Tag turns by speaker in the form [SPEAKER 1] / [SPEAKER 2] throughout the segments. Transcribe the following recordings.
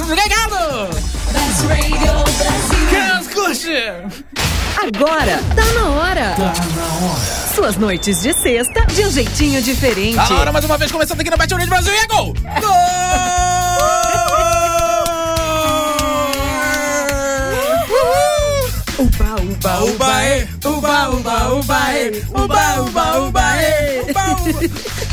[SPEAKER 1] Obrigado! Quem curte?
[SPEAKER 2] Agora, tá na hora. Suas noites de sexta, de um jeitinho diferente.
[SPEAKER 1] A Tá hora mais uma vez começando aqui no Batidão de Brasil e é gol! Gol!
[SPEAKER 2] Uba, uba, eh.
[SPEAKER 1] Ubaê, uba, uba, ubaê, uba, uba, ubaê, uba, uba.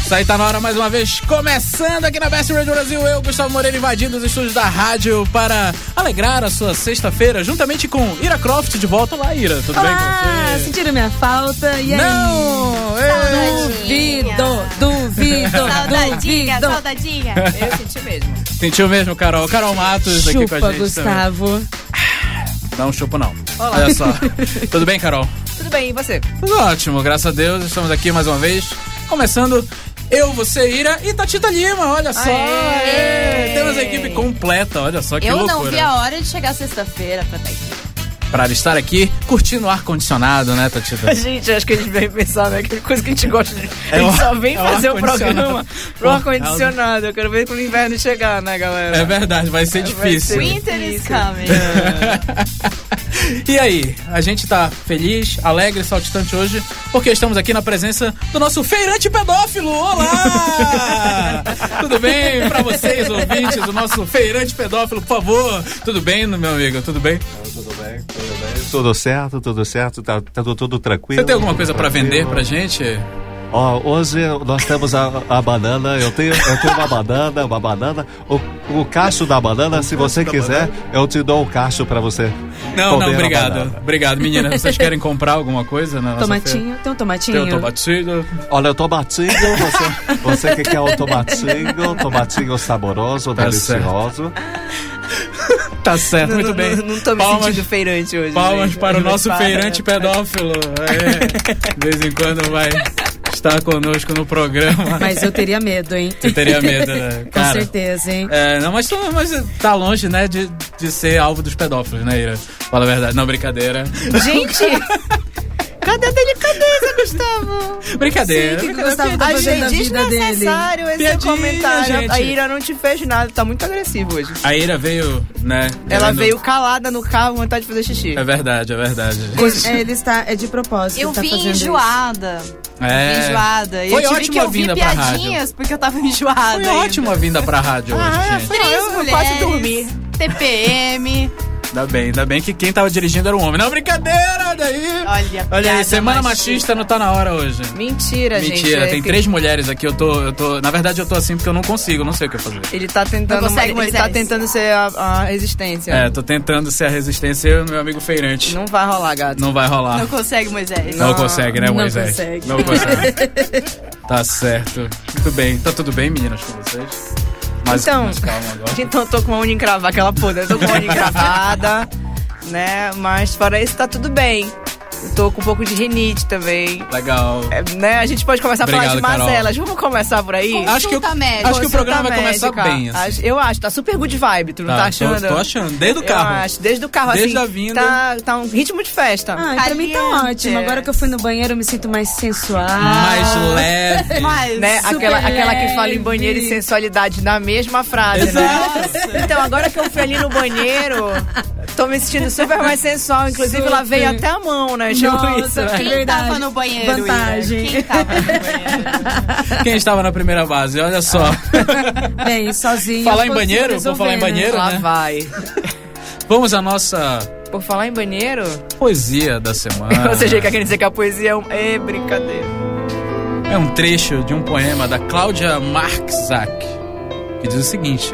[SPEAKER 1] Isso aí tá na hora mais uma vez, começando aqui na Best Radio Brasil, eu, Gustavo Moreira, invadindo os estúdios da rádio para alegrar a sua sexta-feira, juntamente com Ira Croft de volta. Olá, Ira, tudo bem
[SPEAKER 2] Ah,
[SPEAKER 1] com você?
[SPEAKER 2] sentiram minha falta. E aí?
[SPEAKER 1] Não! Eu...
[SPEAKER 2] Duvido, duvido,
[SPEAKER 3] Saudadinha,
[SPEAKER 2] duvido.
[SPEAKER 3] saudadinha. Eu senti mesmo.
[SPEAKER 1] Sentiu mesmo, Carol? Carol Matos aqui com a
[SPEAKER 2] Chupa,
[SPEAKER 1] gente também.
[SPEAKER 2] Gustavo.
[SPEAKER 1] Não, chupo não. Olha só. Tudo bem, Carol?
[SPEAKER 3] Tudo bem, e você?
[SPEAKER 1] Tudo ótimo, graças a Deus. Estamos aqui mais uma vez. Começando eu, você, Ira e Tatita Lima. Olha só.
[SPEAKER 3] Aê!
[SPEAKER 1] Aê! Temos a equipe completa. Olha só que
[SPEAKER 3] Eu
[SPEAKER 1] loucura.
[SPEAKER 3] não vi a hora de chegar sexta-feira pra estar aqui.
[SPEAKER 1] Pra estar aqui curtindo o ar-condicionado, né, Tatita?
[SPEAKER 4] Gente, acho que a gente veio pensar, né? Aquela coisa que a gente gosta de.
[SPEAKER 1] É
[SPEAKER 4] a gente
[SPEAKER 1] o-
[SPEAKER 4] só vem
[SPEAKER 1] é o
[SPEAKER 4] fazer o
[SPEAKER 1] ar-condicionado.
[SPEAKER 4] programa
[SPEAKER 1] Por
[SPEAKER 4] pro ar-condicionado. Eu quero ver quando o inverno chegar, né, galera?
[SPEAKER 1] É verdade, vai ser difícil.
[SPEAKER 4] ser- É.
[SPEAKER 3] Winter is coming.
[SPEAKER 2] um
[SPEAKER 1] E aí, a gente tá feliz, alegre, saltitante hoje, porque estamos aqui na presença do nosso feirante pedófilo. Olá! Tudo bem pra vocês, ouvintes, o nosso feirante pedófilo, por favor. Tudo bem, meu amigo? Tudo bem?
[SPEAKER 5] Tudo certo, tudo certo, tá, tá tudo, tudo tranquilo.
[SPEAKER 1] Você tem alguma coisa pra vender pra
[SPEAKER 5] Tranquilo.
[SPEAKER 1] gente?
[SPEAKER 5] Ó, hoje nós temos a, a banana, eu tenho, eu tenho uma banana, uma banana, o, o cacho da banana, se você quiser, eu te dou o cacho pra você.
[SPEAKER 1] Não,
[SPEAKER 5] comer
[SPEAKER 1] não,
[SPEAKER 5] a
[SPEAKER 1] obrigado.
[SPEAKER 5] banana.
[SPEAKER 1] Obrigado, menina. Vocês querem comprar alguma coisa na nossa feira?
[SPEAKER 2] Tomatinho, tem um
[SPEAKER 1] Tem
[SPEAKER 2] tomatinho?
[SPEAKER 1] o tomatinho.
[SPEAKER 5] Olha, o tomatinho, você, você que quer o tomatinho, tomatinho saboroso,
[SPEAKER 1] Tá
[SPEAKER 5] delicioso.
[SPEAKER 1] Tá certo, muito bem.
[SPEAKER 4] Não, não tô me
[SPEAKER 1] Palmas
[SPEAKER 4] sentindo feirante hoje.
[SPEAKER 1] Palmas
[SPEAKER 4] gente.
[SPEAKER 1] para o
[SPEAKER 4] Não
[SPEAKER 1] nosso
[SPEAKER 4] para,
[SPEAKER 1] feirante
[SPEAKER 4] para-
[SPEAKER 1] pedófilo. É. De vez em quando vai estar conosco no programa.
[SPEAKER 2] Mas eu teria medo, hein?
[SPEAKER 1] Eu teria medo, né?
[SPEAKER 2] Com
[SPEAKER 1] Cara,
[SPEAKER 2] certeza, hein?
[SPEAKER 1] É, não, mas, tu- mas tá longe, né, de, de ser alvo dos pedófilos, né, Ira? Fala a verdade. Não, brincadeira.
[SPEAKER 2] Gente,
[SPEAKER 3] Cadê a delicadeza, Gustavo?
[SPEAKER 1] Brincadeira.
[SPEAKER 2] o que que
[SPEAKER 1] brincadeira,
[SPEAKER 2] Gustavo tá
[SPEAKER 4] Ai,
[SPEAKER 2] fazendo na
[SPEAKER 4] gente,
[SPEAKER 2] vida dele?
[SPEAKER 4] desnecessário esse seu
[SPEAKER 1] Piadinha,
[SPEAKER 4] comentário.
[SPEAKER 1] gente.
[SPEAKER 4] A Ira não te fez nada, tá muito agressivo hoje.
[SPEAKER 1] A Ira veio, né?
[SPEAKER 4] Ela
[SPEAKER 1] querendo-
[SPEAKER 4] veio calada no carro, vontade de fazer xixi.
[SPEAKER 1] É verdade, é verdade.
[SPEAKER 2] Ele, é, ele está, é de propósito.
[SPEAKER 3] Eu
[SPEAKER 2] tá
[SPEAKER 3] vim
[SPEAKER 2] fazendo isso.
[SPEAKER 3] enjoada.
[SPEAKER 1] É.
[SPEAKER 3] Enjoada. E
[SPEAKER 1] Foi
[SPEAKER 3] eu tive
[SPEAKER 1] ótima
[SPEAKER 3] que ouvir
[SPEAKER 1] vinda pra rádio.
[SPEAKER 3] piadinhas porque eu tava enjoada.
[SPEAKER 1] Foi
[SPEAKER 2] né?
[SPEAKER 3] ainda.
[SPEAKER 1] ótima vinda pra rádio hoje,
[SPEAKER 2] Ah,
[SPEAKER 1] gente.
[SPEAKER 3] Três
[SPEAKER 4] Eu quase
[SPEAKER 3] mulheres.
[SPEAKER 4] dormi.
[SPEAKER 3] TPM.
[SPEAKER 1] Ainda bem, ainda bem que quem tava dirigindo era um homem. Não, brincadeira, olha aí.
[SPEAKER 3] Olha,
[SPEAKER 1] Olha aí,
[SPEAKER 3] piada
[SPEAKER 1] semana machista. não tá na hora hoje.
[SPEAKER 4] Mentira, gente.
[SPEAKER 1] Mentira,
[SPEAKER 4] é
[SPEAKER 1] tem
[SPEAKER 4] que
[SPEAKER 1] três mulheres aqui, eu tô, eu tô. Na verdade, eu tô assim porque eu não consigo, não sei o que eu fazer.
[SPEAKER 4] Ele tá tentando.
[SPEAKER 3] Não consegue,
[SPEAKER 4] ele tá
[SPEAKER 3] Moisés.
[SPEAKER 4] tentando ser a, a resistência.
[SPEAKER 1] É, tô tentando ser a resistência e o meu amigo feirante. Não,
[SPEAKER 4] Não vai rolar, gato.
[SPEAKER 1] vai rolar.
[SPEAKER 3] Não
[SPEAKER 1] Não,
[SPEAKER 3] consegue, Moisés.
[SPEAKER 4] Não.
[SPEAKER 1] consegue, né,
[SPEAKER 2] Não
[SPEAKER 1] Moisés?
[SPEAKER 2] consegue.
[SPEAKER 1] Não consegue. tá certo. Muito bem. Tá tudo bem, meninas, com vocês? Mais,
[SPEAKER 4] Então,
[SPEAKER 1] mais calma agora.
[SPEAKER 4] Então eu tô com uma unha encravada, aquela porra, eu tô com uma unha encravada, né? Mas fora isso, tá tudo bem. Eu tô com um pouco de rinite também.
[SPEAKER 1] Legal.
[SPEAKER 4] É, né? A gente pode começar a falar de
[SPEAKER 1] Obrigado, Carol.
[SPEAKER 4] mazelas. Vamos começar por aí?
[SPEAKER 1] acho que, eu-
[SPEAKER 3] Consulta médica.
[SPEAKER 1] acho que o programa vai
[SPEAKER 4] Consulta
[SPEAKER 1] começar
[SPEAKER 4] médica.
[SPEAKER 1] bem, assim. então
[SPEAKER 4] Acho- Eu acho, tá super good vibe, tu não tá, achando?
[SPEAKER 1] Tô, tô achando. Desde o
[SPEAKER 4] Eu
[SPEAKER 1] carro.
[SPEAKER 4] acho, desde o carro,
[SPEAKER 1] Desde
[SPEAKER 4] assim.
[SPEAKER 1] a vinda.
[SPEAKER 4] Tá, tá um ritmo de festa.
[SPEAKER 2] Ah, pra mim tá
[SPEAKER 3] Caliente.
[SPEAKER 2] ótimo. Agora que eu fui no banheiro, eu me sinto mais sensual.
[SPEAKER 1] Mais
[SPEAKER 4] Ah.
[SPEAKER 1] leve.
[SPEAKER 3] Mas,
[SPEAKER 4] né?
[SPEAKER 2] Super
[SPEAKER 4] Aquela, aquela que fala
[SPEAKER 2] leve.
[SPEAKER 4] em banheiro e sensualidade na mesma frase, né? Então, agora que eu fui ali no banheiro, tô me sentindo super mais sensual. Inclusive,
[SPEAKER 2] Super.
[SPEAKER 4] ela veio até a mão, né? Tipo
[SPEAKER 2] Nossa,
[SPEAKER 4] isso.
[SPEAKER 2] que
[SPEAKER 3] quem
[SPEAKER 2] verdade.
[SPEAKER 3] tava no banheiro? Ira?
[SPEAKER 2] Vantagem.
[SPEAKER 3] Quem tava no banheiro?
[SPEAKER 1] Quem estava na primeira base? Olha só.
[SPEAKER 4] Ah.
[SPEAKER 2] Bem, sozinho. eu
[SPEAKER 1] Falar em
[SPEAKER 2] consigo
[SPEAKER 1] banheiro? Vamos falar em
[SPEAKER 2] resolver,
[SPEAKER 1] banheiro?
[SPEAKER 4] Lá
[SPEAKER 1] né?
[SPEAKER 4] vai.
[SPEAKER 1] Vamos à nossa
[SPEAKER 4] Por falar em banheiro,
[SPEAKER 1] poesia da semana.
[SPEAKER 4] ou seja, quer dizer que a poesia é, um... é brincadeira.
[SPEAKER 1] É um trecho de um poema da Cláudia Marczak que diz o seguinte: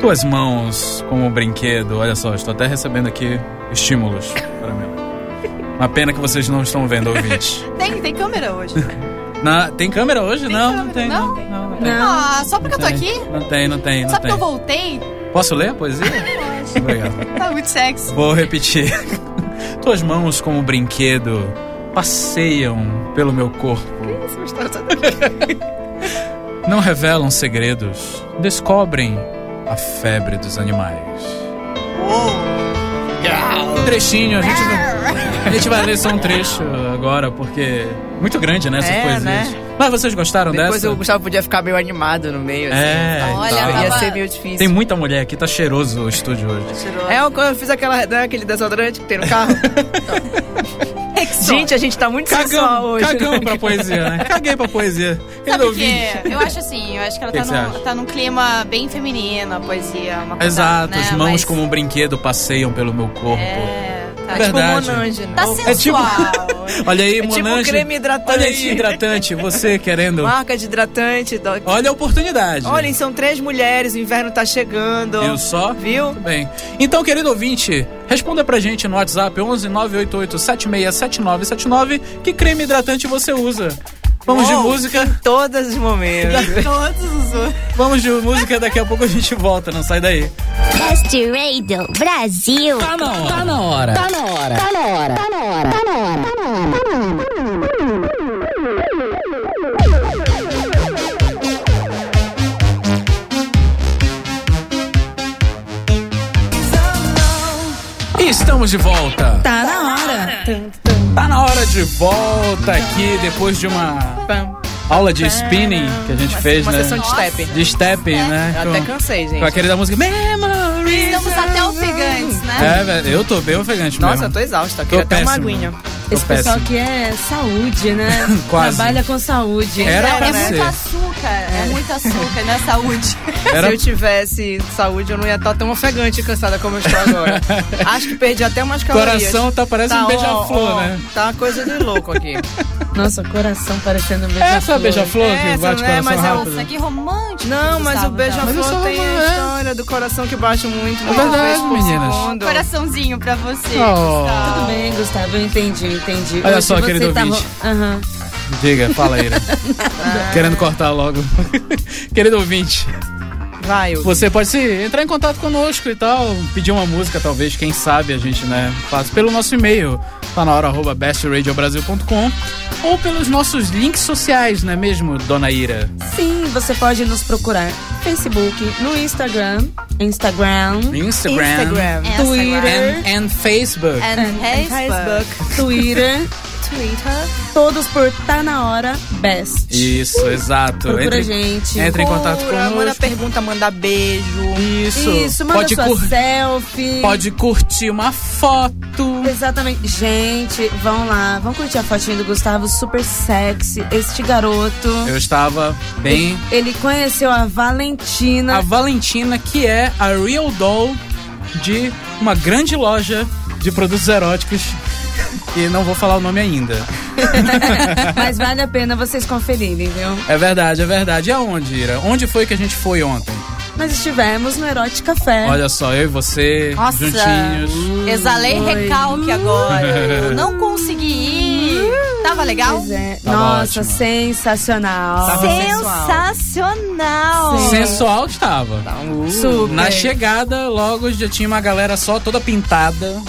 [SPEAKER 1] Tuas mãos como um brinquedo. Olha só, estou até recebendo aqui estímulos para mim. Uma pena que vocês não estão vendo, ouvintes.
[SPEAKER 3] Tem, tem câmera hoje.
[SPEAKER 1] Na- tem câmera hoje?
[SPEAKER 3] Tem
[SPEAKER 1] não, não
[SPEAKER 3] câmera,
[SPEAKER 1] tem.
[SPEAKER 3] não?
[SPEAKER 1] não, não tem.
[SPEAKER 2] Não.
[SPEAKER 3] Ah, só porque eu tô
[SPEAKER 1] Tem.
[SPEAKER 3] aqui?
[SPEAKER 1] Não tem, não tem, não É.
[SPEAKER 3] Só porque
[SPEAKER 1] Ah, tem.
[SPEAKER 3] eu voltei?
[SPEAKER 1] Posso ler a poesia? Obrigado.
[SPEAKER 3] Tá muito sexy.
[SPEAKER 1] Vou repetir. Tuas mãos como um brinquedo passeiam pelo meu corpo.
[SPEAKER 4] tá
[SPEAKER 1] Não revelam segredos, descobrem a febre dos animais.
[SPEAKER 4] Oh,
[SPEAKER 1] Um trechinho, a gente, não- a gente vai ler só um trecho agora, porque. Muito grande, né? Essas
[SPEAKER 4] É,
[SPEAKER 1] poesias.
[SPEAKER 4] né?
[SPEAKER 1] Mas vocês gostaram
[SPEAKER 4] Depois
[SPEAKER 1] dessa?
[SPEAKER 4] o Gustavo podia ficar meio animado no meio, assim.
[SPEAKER 1] É,
[SPEAKER 3] Olha,
[SPEAKER 1] então.
[SPEAKER 4] Então, ia
[SPEAKER 3] tava-
[SPEAKER 4] ser meio difícil.
[SPEAKER 1] Tem muita mulher aqui, tá cheiroso o estúdio hoje.
[SPEAKER 3] Tirou.
[SPEAKER 4] É, eu, eu fiz aquela, né, aquele desodorante que tem no carro. gente, a gente tá muito sensual
[SPEAKER 1] Cagamos,
[SPEAKER 4] hoje. Tipo,
[SPEAKER 1] cagamos pra poesia, né? Caguei pra poesia.
[SPEAKER 3] Sabe
[SPEAKER 1] Resolvi.
[SPEAKER 3] o quê? Eu acho assim, eu acho que ela
[SPEAKER 1] Que
[SPEAKER 3] tá,
[SPEAKER 1] que você acha?
[SPEAKER 3] num, tá num clima bem feminino, a poesia. Uma coisa,
[SPEAKER 1] Exato,
[SPEAKER 3] né,
[SPEAKER 1] as mãos
[SPEAKER 3] mais-
[SPEAKER 1] como um brinquedo passeiam pelo meu corpo.
[SPEAKER 3] É, tá,
[SPEAKER 1] Verdade.
[SPEAKER 3] tipo,
[SPEAKER 4] Tipo Monange, né?
[SPEAKER 3] tá
[SPEAKER 1] É tipo-
[SPEAKER 3] sensual.
[SPEAKER 1] Olha aí,
[SPEAKER 4] É tipo
[SPEAKER 1] Monange.
[SPEAKER 4] creme hidratante.
[SPEAKER 1] Olha aí, hidratante, você querendo.
[SPEAKER 4] Marca de hidratante. Do...
[SPEAKER 1] Olha a oportunidade.
[SPEAKER 4] Olhem, são três mulheres, o inverno tá chegando.
[SPEAKER 1] Viu só?
[SPEAKER 4] Viu?
[SPEAKER 1] Muito bem. Então, querido ouvinte, responda pra gente no WhatsApp 11 988 767979 que creme hidratante você usa. Vamos de
[SPEAKER 4] Uou.
[SPEAKER 1] música,
[SPEAKER 4] Todos os momentos.
[SPEAKER 3] Todos os outros.
[SPEAKER 1] vamos de música, daqui a pouco a gente volta, não sai daí.
[SPEAKER 6] Best Radio Brasil.
[SPEAKER 1] Tá na hora. Tá na hora. Tá na hora. Tá na hora. Estamos de volta.
[SPEAKER 2] Tá na hora.
[SPEAKER 1] Tá na hora de volta aqui depois de uma
[SPEAKER 4] Pam.
[SPEAKER 1] aula de spinning que a gente fez,
[SPEAKER 4] Uma
[SPEAKER 1] né?
[SPEAKER 4] sessão de step.
[SPEAKER 1] De step, né?
[SPEAKER 4] Eu
[SPEAKER 1] Com-
[SPEAKER 4] até cansei, gente.
[SPEAKER 1] Com aquele da música Memories.
[SPEAKER 3] Estamos até ofegantes, né?
[SPEAKER 1] É, velho, eu tô bem ofegante
[SPEAKER 4] Nossa,
[SPEAKER 1] mesmo.
[SPEAKER 4] eu tô exausta. Queria até uma
[SPEAKER 1] péssimo.
[SPEAKER 4] aguinha.
[SPEAKER 1] Tô
[SPEAKER 2] Esse pessoal
[SPEAKER 1] péssimo.
[SPEAKER 2] aqui é saúde, né?
[SPEAKER 1] Quase.
[SPEAKER 2] Trabalha com saúde.
[SPEAKER 1] Era
[SPEAKER 3] É,
[SPEAKER 1] pra
[SPEAKER 3] muito
[SPEAKER 1] ser.
[SPEAKER 3] açúcar, é muito açúcar na saúde.
[SPEAKER 1] Era-
[SPEAKER 4] Se eu tivesse saúde, eu não ia estar tão ofegante e cansada como eu estou agora. Acho que perdi até umas calorias.
[SPEAKER 1] Coração tá parece um
[SPEAKER 4] ó,
[SPEAKER 1] beija-flor,
[SPEAKER 4] ó,
[SPEAKER 1] né?
[SPEAKER 4] Tá uma coisa de louco aqui.
[SPEAKER 2] Nossa, coração parecendo um beija-flor.
[SPEAKER 1] Essa é a beija-flor que
[SPEAKER 4] Essa,
[SPEAKER 1] bate
[SPEAKER 4] né,
[SPEAKER 1] coração
[SPEAKER 4] mas é o-
[SPEAKER 1] rápido.
[SPEAKER 3] Nossa, que um romântico.
[SPEAKER 4] Não, mas o
[SPEAKER 3] Gustavo, tá?
[SPEAKER 1] Mas eu sou
[SPEAKER 4] beija-flor tem
[SPEAKER 1] uma- é.
[SPEAKER 4] a história do coração que bate muito. É
[SPEAKER 1] verdade, meninas.
[SPEAKER 3] Um Coraçãozinho pra você.
[SPEAKER 1] é Oh.
[SPEAKER 3] Gustavo.
[SPEAKER 2] Tudo bem, Gustavo, eu entendi, entendi.
[SPEAKER 1] Olha só,
[SPEAKER 2] você
[SPEAKER 1] querido
[SPEAKER 2] tá... ro-
[SPEAKER 1] ouvinte.
[SPEAKER 2] Aham.
[SPEAKER 1] Diga, fala aí. né? Querendo cortar logo. Querido ouvinte,
[SPEAKER 4] Vai, eu.
[SPEAKER 1] você pode se entrar em contato conosco e tal, pedir uma música, talvez, quem sabe a gente, né, faz pelo nosso e-mail, tá na hora arroba bestradiobrasil.com ou pelos nossos links sociais, não é mesmo, dona Ira?
[SPEAKER 2] Sim, você pode nos procurar no Facebook, no Instagram, Instagram,
[SPEAKER 1] Instagram,
[SPEAKER 4] Instagram.
[SPEAKER 3] É,
[SPEAKER 2] Twitter,
[SPEAKER 1] And, and Facebook.
[SPEAKER 2] É.
[SPEAKER 3] And Facebook.
[SPEAKER 2] Twitter,
[SPEAKER 3] Twitter.
[SPEAKER 2] todos por Tá Na Hora Best.
[SPEAKER 1] Isso, exato.
[SPEAKER 2] Procura
[SPEAKER 1] entre,
[SPEAKER 2] a gente.
[SPEAKER 1] Entre em contato
[SPEAKER 4] Procura, manda
[SPEAKER 1] conosco.
[SPEAKER 4] pergunta, manda beijo.
[SPEAKER 1] Isso.
[SPEAKER 2] Isso, manda
[SPEAKER 1] pode,
[SPEAKER 2] sua
[SPEAKER 1] cur-
[SPEAKER 2] selfie.
[SPEAKER 1] pode curtir uma foto.
[SPEAKER 2] Exatamente. Gente, vão lá, vão curtir a fotinha do Gustavo, super sexy, este garoto.
[SPEAKER 1] Eu estava bem.
[SPEAKER 2] Ele conheceu a Valentina.
[SPEAKER 1] A Valentina, que é a real doll de uma grande loja de produtos eróticos. E não vou falar o nome ainda.
[SPEAKER 2] Mas vale a pena vocês conferirem, viu?
[SPEAKER 1] É verdade, é verdade. E aonde, Ira? Onde foi que a gente foi ontem?
[SPEAKER 2] Nós estivemos no Erotic Café.
[SPEAKER 1] Olha só, eu e você,
[SPEAKER 3] É. Nossa. Hum.
[SPEAKER 1] juntinhos.
[SPEAKER 3] Exalei
[SPEAKER 2] Oi.
[SPEAKER 3] recalque agora.
[SPEAKER 4] Hum.
[SPEAKER 3] Eu não consegui ir. Tava legal?
[SPEAKER 2] Pois é.
[SPEAKER 1] Tava
[SPEAKER 2] Nossa,
[SPEAKER 1] tá ótimo. Tá
[SPEAKER 2] sensacional.
[SPEAKER 4] Tava
[SPEAKER 3] Sensacional.
[SPEAKER 1] Sensual estava.
[SPEAKER 3] Tá
[SPEAKER 2] Super.
[SPEAKER 1] Na chegada, logo já tinha uma galera só, toda pintada.
[SPEAKER 3] Hum.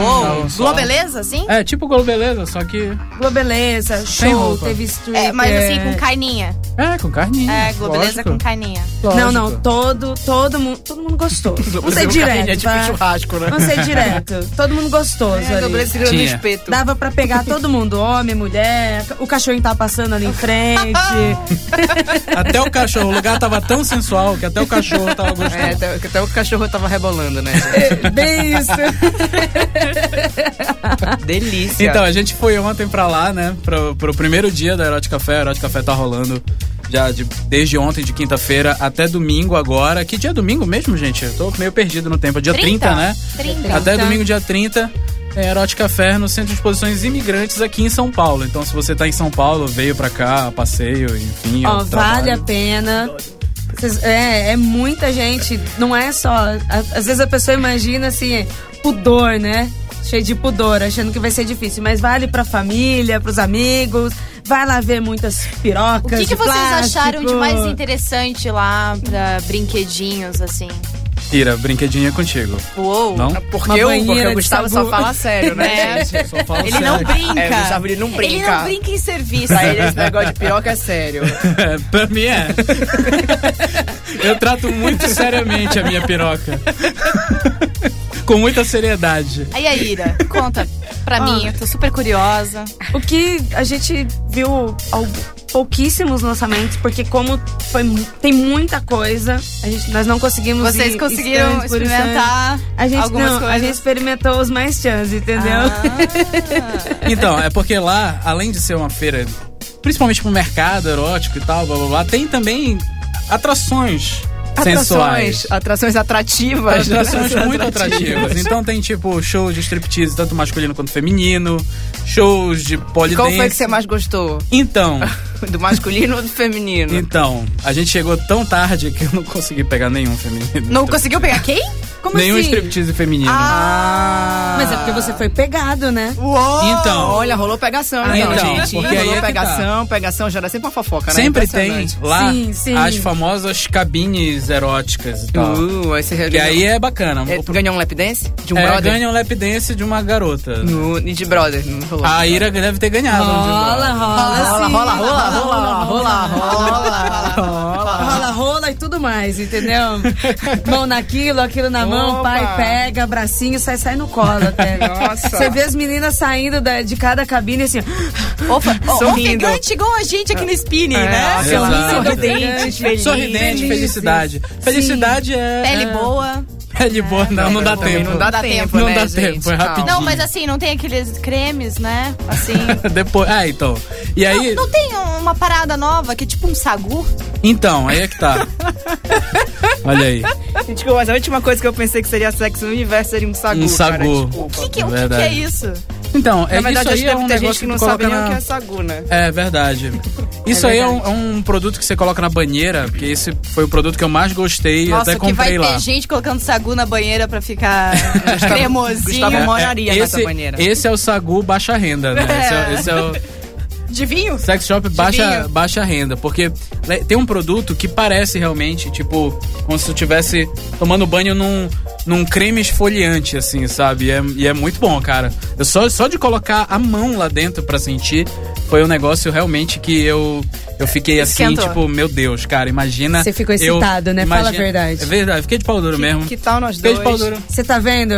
[SPEAKER 3] Uou.
[SPEAKER 1] Não, só-
[SPEAKER 3] Globeleza, assim?
[SPEAKER 1] É, tipo Golo Beleza, só que.
[SPEAKER 2] Globeleza,
[SPEAKER 1] Sem
[SPEAKER 2] show,
[SPEAKER 1] roupa.
[SPEAKER 2] teve stripper.
[SPEAKER 3] É, mas assim, com carninha.
[SPEAKER 1] É, com carninha.
[SPEAKER 3] É, globeleza com carninha.
[SPEAKER 1] carninha.
[SPEAKER 2] Não, não, todo, todo mundo, todo mundo gostou. Vamos ser
[SPEAKER 4] É
[SPEAKER 2] direto,
[SPEAKER 4] tipo
[SPEAKER 2] tá?
[SPEAKER 4] churrasco, né?
[SPEAKER 2] Vamos ser direto. Todo mundo gostoso
[SPEAKER 4] É,
[SPEAKER 2] ali.
[SPEAKER 4] dobrei no
[SPEAKER 1] Tinha.
[SPEAKER 4] espeto.
[SPEAKER 2] Dava pra pegar todo mundo, homem, mulher, o cachorrinho tava passando ali em frente.
[SPEAKER 1] Até o cachorro, o lugar tava tão sensual que até o cachorro tava gostando.
[SPEAKER 4] É, até, até o cachorro tava rebolando, né?
[SPEAKER 2] Bem isso.
[SPEAKER 4] É Delícia.
[SPEAKER 1] Então, a gente foi ontem pra lá, né? Pro, pro primeiro dia da Erote Café. A Erote Café tá rolando já de- desde ontem, de quinta-feira, até domingo agora. Que dia é domingo mesmo, gente? Eu tô meio perdido no tempo. Dia 30,
[SPEAKER 3] 30,
[SPEAKER 1] né?
[SPEAKER 3] 30.
[SPEAKER 1] Até domingo, dia 30. É Erote Café no Centro de Exposições Imigrantes aqui em São Paulo. Então, se você tá em São Paulo, veio pra cá, a passeio, enfim.
[SPEAKER 2] Ó,
[SPEAKER 1] ao
[SPEAKER 2] vale
[SPEAKER 1] trabalho.
[SPEAKER 2] a pena. Vocês- É, é muita gente, não é só. a- Às vezes a pessoa imagina assim, pudor, né? Cheio de pudor, achando que vai ser difícil. Mas vale pra família, pros amigos. Vai lá ver muitas
[SPEAKER 3] O
[SPEAKER 2] pirocas.
[SPEAKER 3] que,
[SPEAKER 2] de
[SPEAKER 3] que vocês
[SPEAKER 2] plástico.
[SPEAKER 3] acharam de mais interessante lá pra brinquedinhos, assim?
[SPEAKER 1] Ira, brinquedinho é contigo.
[SPEAKER 3] Uou!
[SPEAKER 1] Não?
[SPEAKER 4] Porque,
[SPEAKER 2] Uma
[SPEAKER 4] eu, porque
[SPEAKER 2] banheira
[SPEAKER 4] o
[SPEAKER 2] de
[SPEAKER 4] Gustavo só
[SPEAKER 2] sabor.
[SPEAKER 4] fala sério, né? gente?
[SPEAKER 1] Só falo
[SPEAKER 3] Ele não
[SPEAKER 1] sério.
[SPEAKER 3] brinca.
[SPEAKER 4] É, o Gustavo, ele não brinca.
[SPEAKER 3] Ele não brinca em serviço.
[SPEAKER 4] Pra ele, esse negócio de piroca é sério.
[SPEAKER 1] É, pra mim é. Eu trato muito seriamente a minha piroca. Com muita seriedade.
[SPEAKER 3] Aí a Ira,
[SPEAKER 2] Ah.
[SPEAKER 3] conta pra mim, eu tô super curiosa.
[SPEAKER 2] O que a gente viu al- pouquíssimos lançamentos, porque como foi mu- tem muita coisa, a gente- nós não conseguimos
[SPEAKER 3] Vocês
[SPEAKER 2] ir
[SPEAKER 3] conseguiram
[SPEAKER 2] stand por stand.
[SPEAKER 3] experimentar
[SPEAKER 2] A gente,
[SPEAKER 3] algumas
[SPEAKER 2] não,
[SPEAKER 3] coisas? Ah.
[SPEAKER 2] a gente experimentou os mais chance, entendeu?
[SPEAKER 1] Então, é porque lá, além de ser uma feira, principalmente pro mercado erótico e tal, blá blá blá, tem também atrações, sensuais.
[SPEAKER 4] Atrações, atrações atrativas. né?
[SPEAKER 1] As atrações muito atrativas. Então tem tipo shows de striptease, tanto masculino quanto feminino, shows de
[SPEAKER 4] E
[SPEAKER 1] polidense.
[SPEAKER 4] Qual foi que você mais gostou?
[SPEAKER 1] Então,
[SPEAKER 4] Do masculino ou do feminino?
[SPEAKER 1] então, a gente chegou tão tarde que eu não consegui pegar nenhum feminino.
[SPEAKER 3] Não conseguiu pegar quem? Como
[SPEAKER 1] nenhum
[SPEAKER 3] assim?
[SPEAKER 1] striptease feminino. né?
[SPEAKER 4] Ah!
[SPEAKER 2] Mas é porque você foi pegado, né?
[SPEAKER 4] Uou!
[SPEAKER 1] Então.
[SPEAKER 4] Olha, rolou pegação,
[SPEAKER 1] Ah,
[SPEAKER 4] então,
[SPEAKER 1] então,
[SPEAKER 4] gente.
[SPEAKER 1] porque aí
[SPEAKER 4] rolou
[SPEAKER 1] é que
[SPEAKER 4] pegação, pegação, gera sempre uma fofoca, né?
[SPEAKER 1] Sempre tem
[SPEAKER 4] Impressionante.
[SPEAKER 1] é lá
[SPEAKER 2] Sim, sim.
[SPEAKER 1] as famosas cabines eróticas e tal.
[SPEAKER 4] Uh, aí você
[SPEAKER 1] Que
[SPEAKER 4] ganhou,
[SPEAKER 1] Tá. aí é bacana.
[SPEAKER 4] é,
[SPEAKER 1] O pro-
[SPEAKER 4] ganhou um lap dance? De um
[SPEAKER 1] é,
[SPEAKER 4] brother?
[SPEAKER 1] ganha um lap dance de uma garota.
[SPEAKER 4] No, e de brother, não rolou.
[SPEAKER 1] A Ira deve ter
[SPEAKER 2] Tá
[SPEAKER 1] ganhado. um de
[SPEAKER 2] Rola, rola,
[SPEAKER 1] brother.
[SPEAKER 4] rola,
[SPEAKER 2] sim.
[SPEAKER 4] rola, rola, rola, rola, rola, rola.
[SPEAKER 2] Rola, rola e tudo mais, entendeu? mão naquilo, aquilo na mão,
[SPEAKER 4] Opa!
[SPEAKER 2] pai pega, bracinho, sai, sai no colo até.
[SPEAKER 4] Nossa.
[SPEAKER 2] Você vê as meninas saindo da- de cada cabine assim.
[SPEAKER 3] Opa,
[SPEAKER 4] Sorrindo.
[SPEAKER 3] ofegante igual a gente aqui no Spinning,
[SPEAKER 1] É.
[SPEAKER 3] né?
[SPEAKER 1] Sei lá.
[SPEAKER 2] Sorrindo,
[SPEAKER 1] Sorridente,
[SPEAKER 2] ofegante, feliz.
[SPEAKER 1] É Sorridente,
[SPEAKER 2] Feliz,
[SPEAKER 1] felicidade. Felicidade é.
[SPEAKER 3] Pele
[SPEAKER 1] é-
[SPEAKER 3] boa.
[SPEAKER 1] Pele boa, não, não dá
[SPEAKER 4] É, Também
[SPEAKER 1] tempo.
[SPEAKER 4] Não dá tempo,
[SPEAKER 1] Não
[SPEAKER 4] né,
[SPEAKER 1] dá
[SPEAKER 4] gente?
[SPEAKER 1] tempo, foi
[SPEAKER 4] Calma.
[SPEAKER 1] rapidinho.
[SPEAKER 3] Não, mas assim, não tem aqueles cremes, né? Assim.
[SPEAKER 1] Depois. Ah, então. E aí.
[SPEAKER 3] Não, não tem uma parada nova que é tipo um sagu?
[SPEAKER 1] Então, aí é que tá. Olha aí.
[SPEAKER 4] Desculpa, tipo, mas a última coisa que eu pensei que seria sexo no universo seria um sagu,
[SPEAKER 1] Um
[SPEAKER 4] cara,
[SPEAKER 1] sagu.
[SPEAKER 4] desculpa.
[SPEAKER 3] Que que, o que que
[SPEAKER 1] Verdade.
[SPEAKER 3] é isso?
[SPEAKER 1] Então, é
[SPEAKER 4] Na
[SPEAKER 1] isso
[SPEAKER 4] verdade, acho
[SPEAKER 1] aí
[SPEAKER 4] que
[SPEAKER 1] é
[SPEAKER 4] deve
[SPEAKER 1] um
[SPEAKER 4] ter
[SPEAKER 1] negócio
[SPEAKER 4] gente que não
[SPEAKER 1] tu coloca
[SPEAKER 4] sabe nem o
[SPEAKER 1] na-
[SPEAKER 4] que é sagu, né?
[SPEAKER 1] É verdade. Isso aí é um, é um produto que você coloca na banheira, porque esse foi o produto que eu mais gostei e
[SPEAKER 3] Nossa,
[SPEAKER 1] até
[SPEAKER 3] que vai
[SPEAKER 1] comprei lá.
[SPEAKER 3] ter gente colocando sagu na banheira pra ficar
[SPEAKER 4] Gustavo
[SPEAKER 3] cremosinho.
[SPEAKER 4] moraria
[SPEAKER 1] é, esse,
[SPEAKER 4] nessa banheira.
[SPEAKER 1] Esse é o Sagu baixa renda, né? Esse, é, esse é o
[SPEAKER 3] De vinho?
[SPEAKER 1] sex shop baixa,
[SPEAKER 3] vinho.
[SPEAKER 1] baixa renda. Porque le- tem um produto que parece realmente, tipo, como se eu estivesse tomando banho num, num creme esfoliante, assim, sabe? E é, e é muito bom, cara. Eu só, só de colocar a mão lá dentro pra sentir foi um negócio realmente que eu, eu fiquei
[SPEAKER 3] Esquentou.
[SPEAKER 1] assim, tipo, meu Deus, cara, imagina.
[SPEAKER 2] Você ficou
[SPEAKER 1] eu-
[SPEAKER 2] excitado, né? Fala a
[SPEAKER 1] imagina-
[SPEAKER 2] verdade.
[SPEAKER 1] É verdade, fiquei de pau duro mesmo.
[SPEAKER 4] Que tal nós
[SPEAKER 1] fiquei
[SPEAKER 4] dois?
[SPEAKER 1] de pau duro.
[SPEAKER 2] Você tá vendo?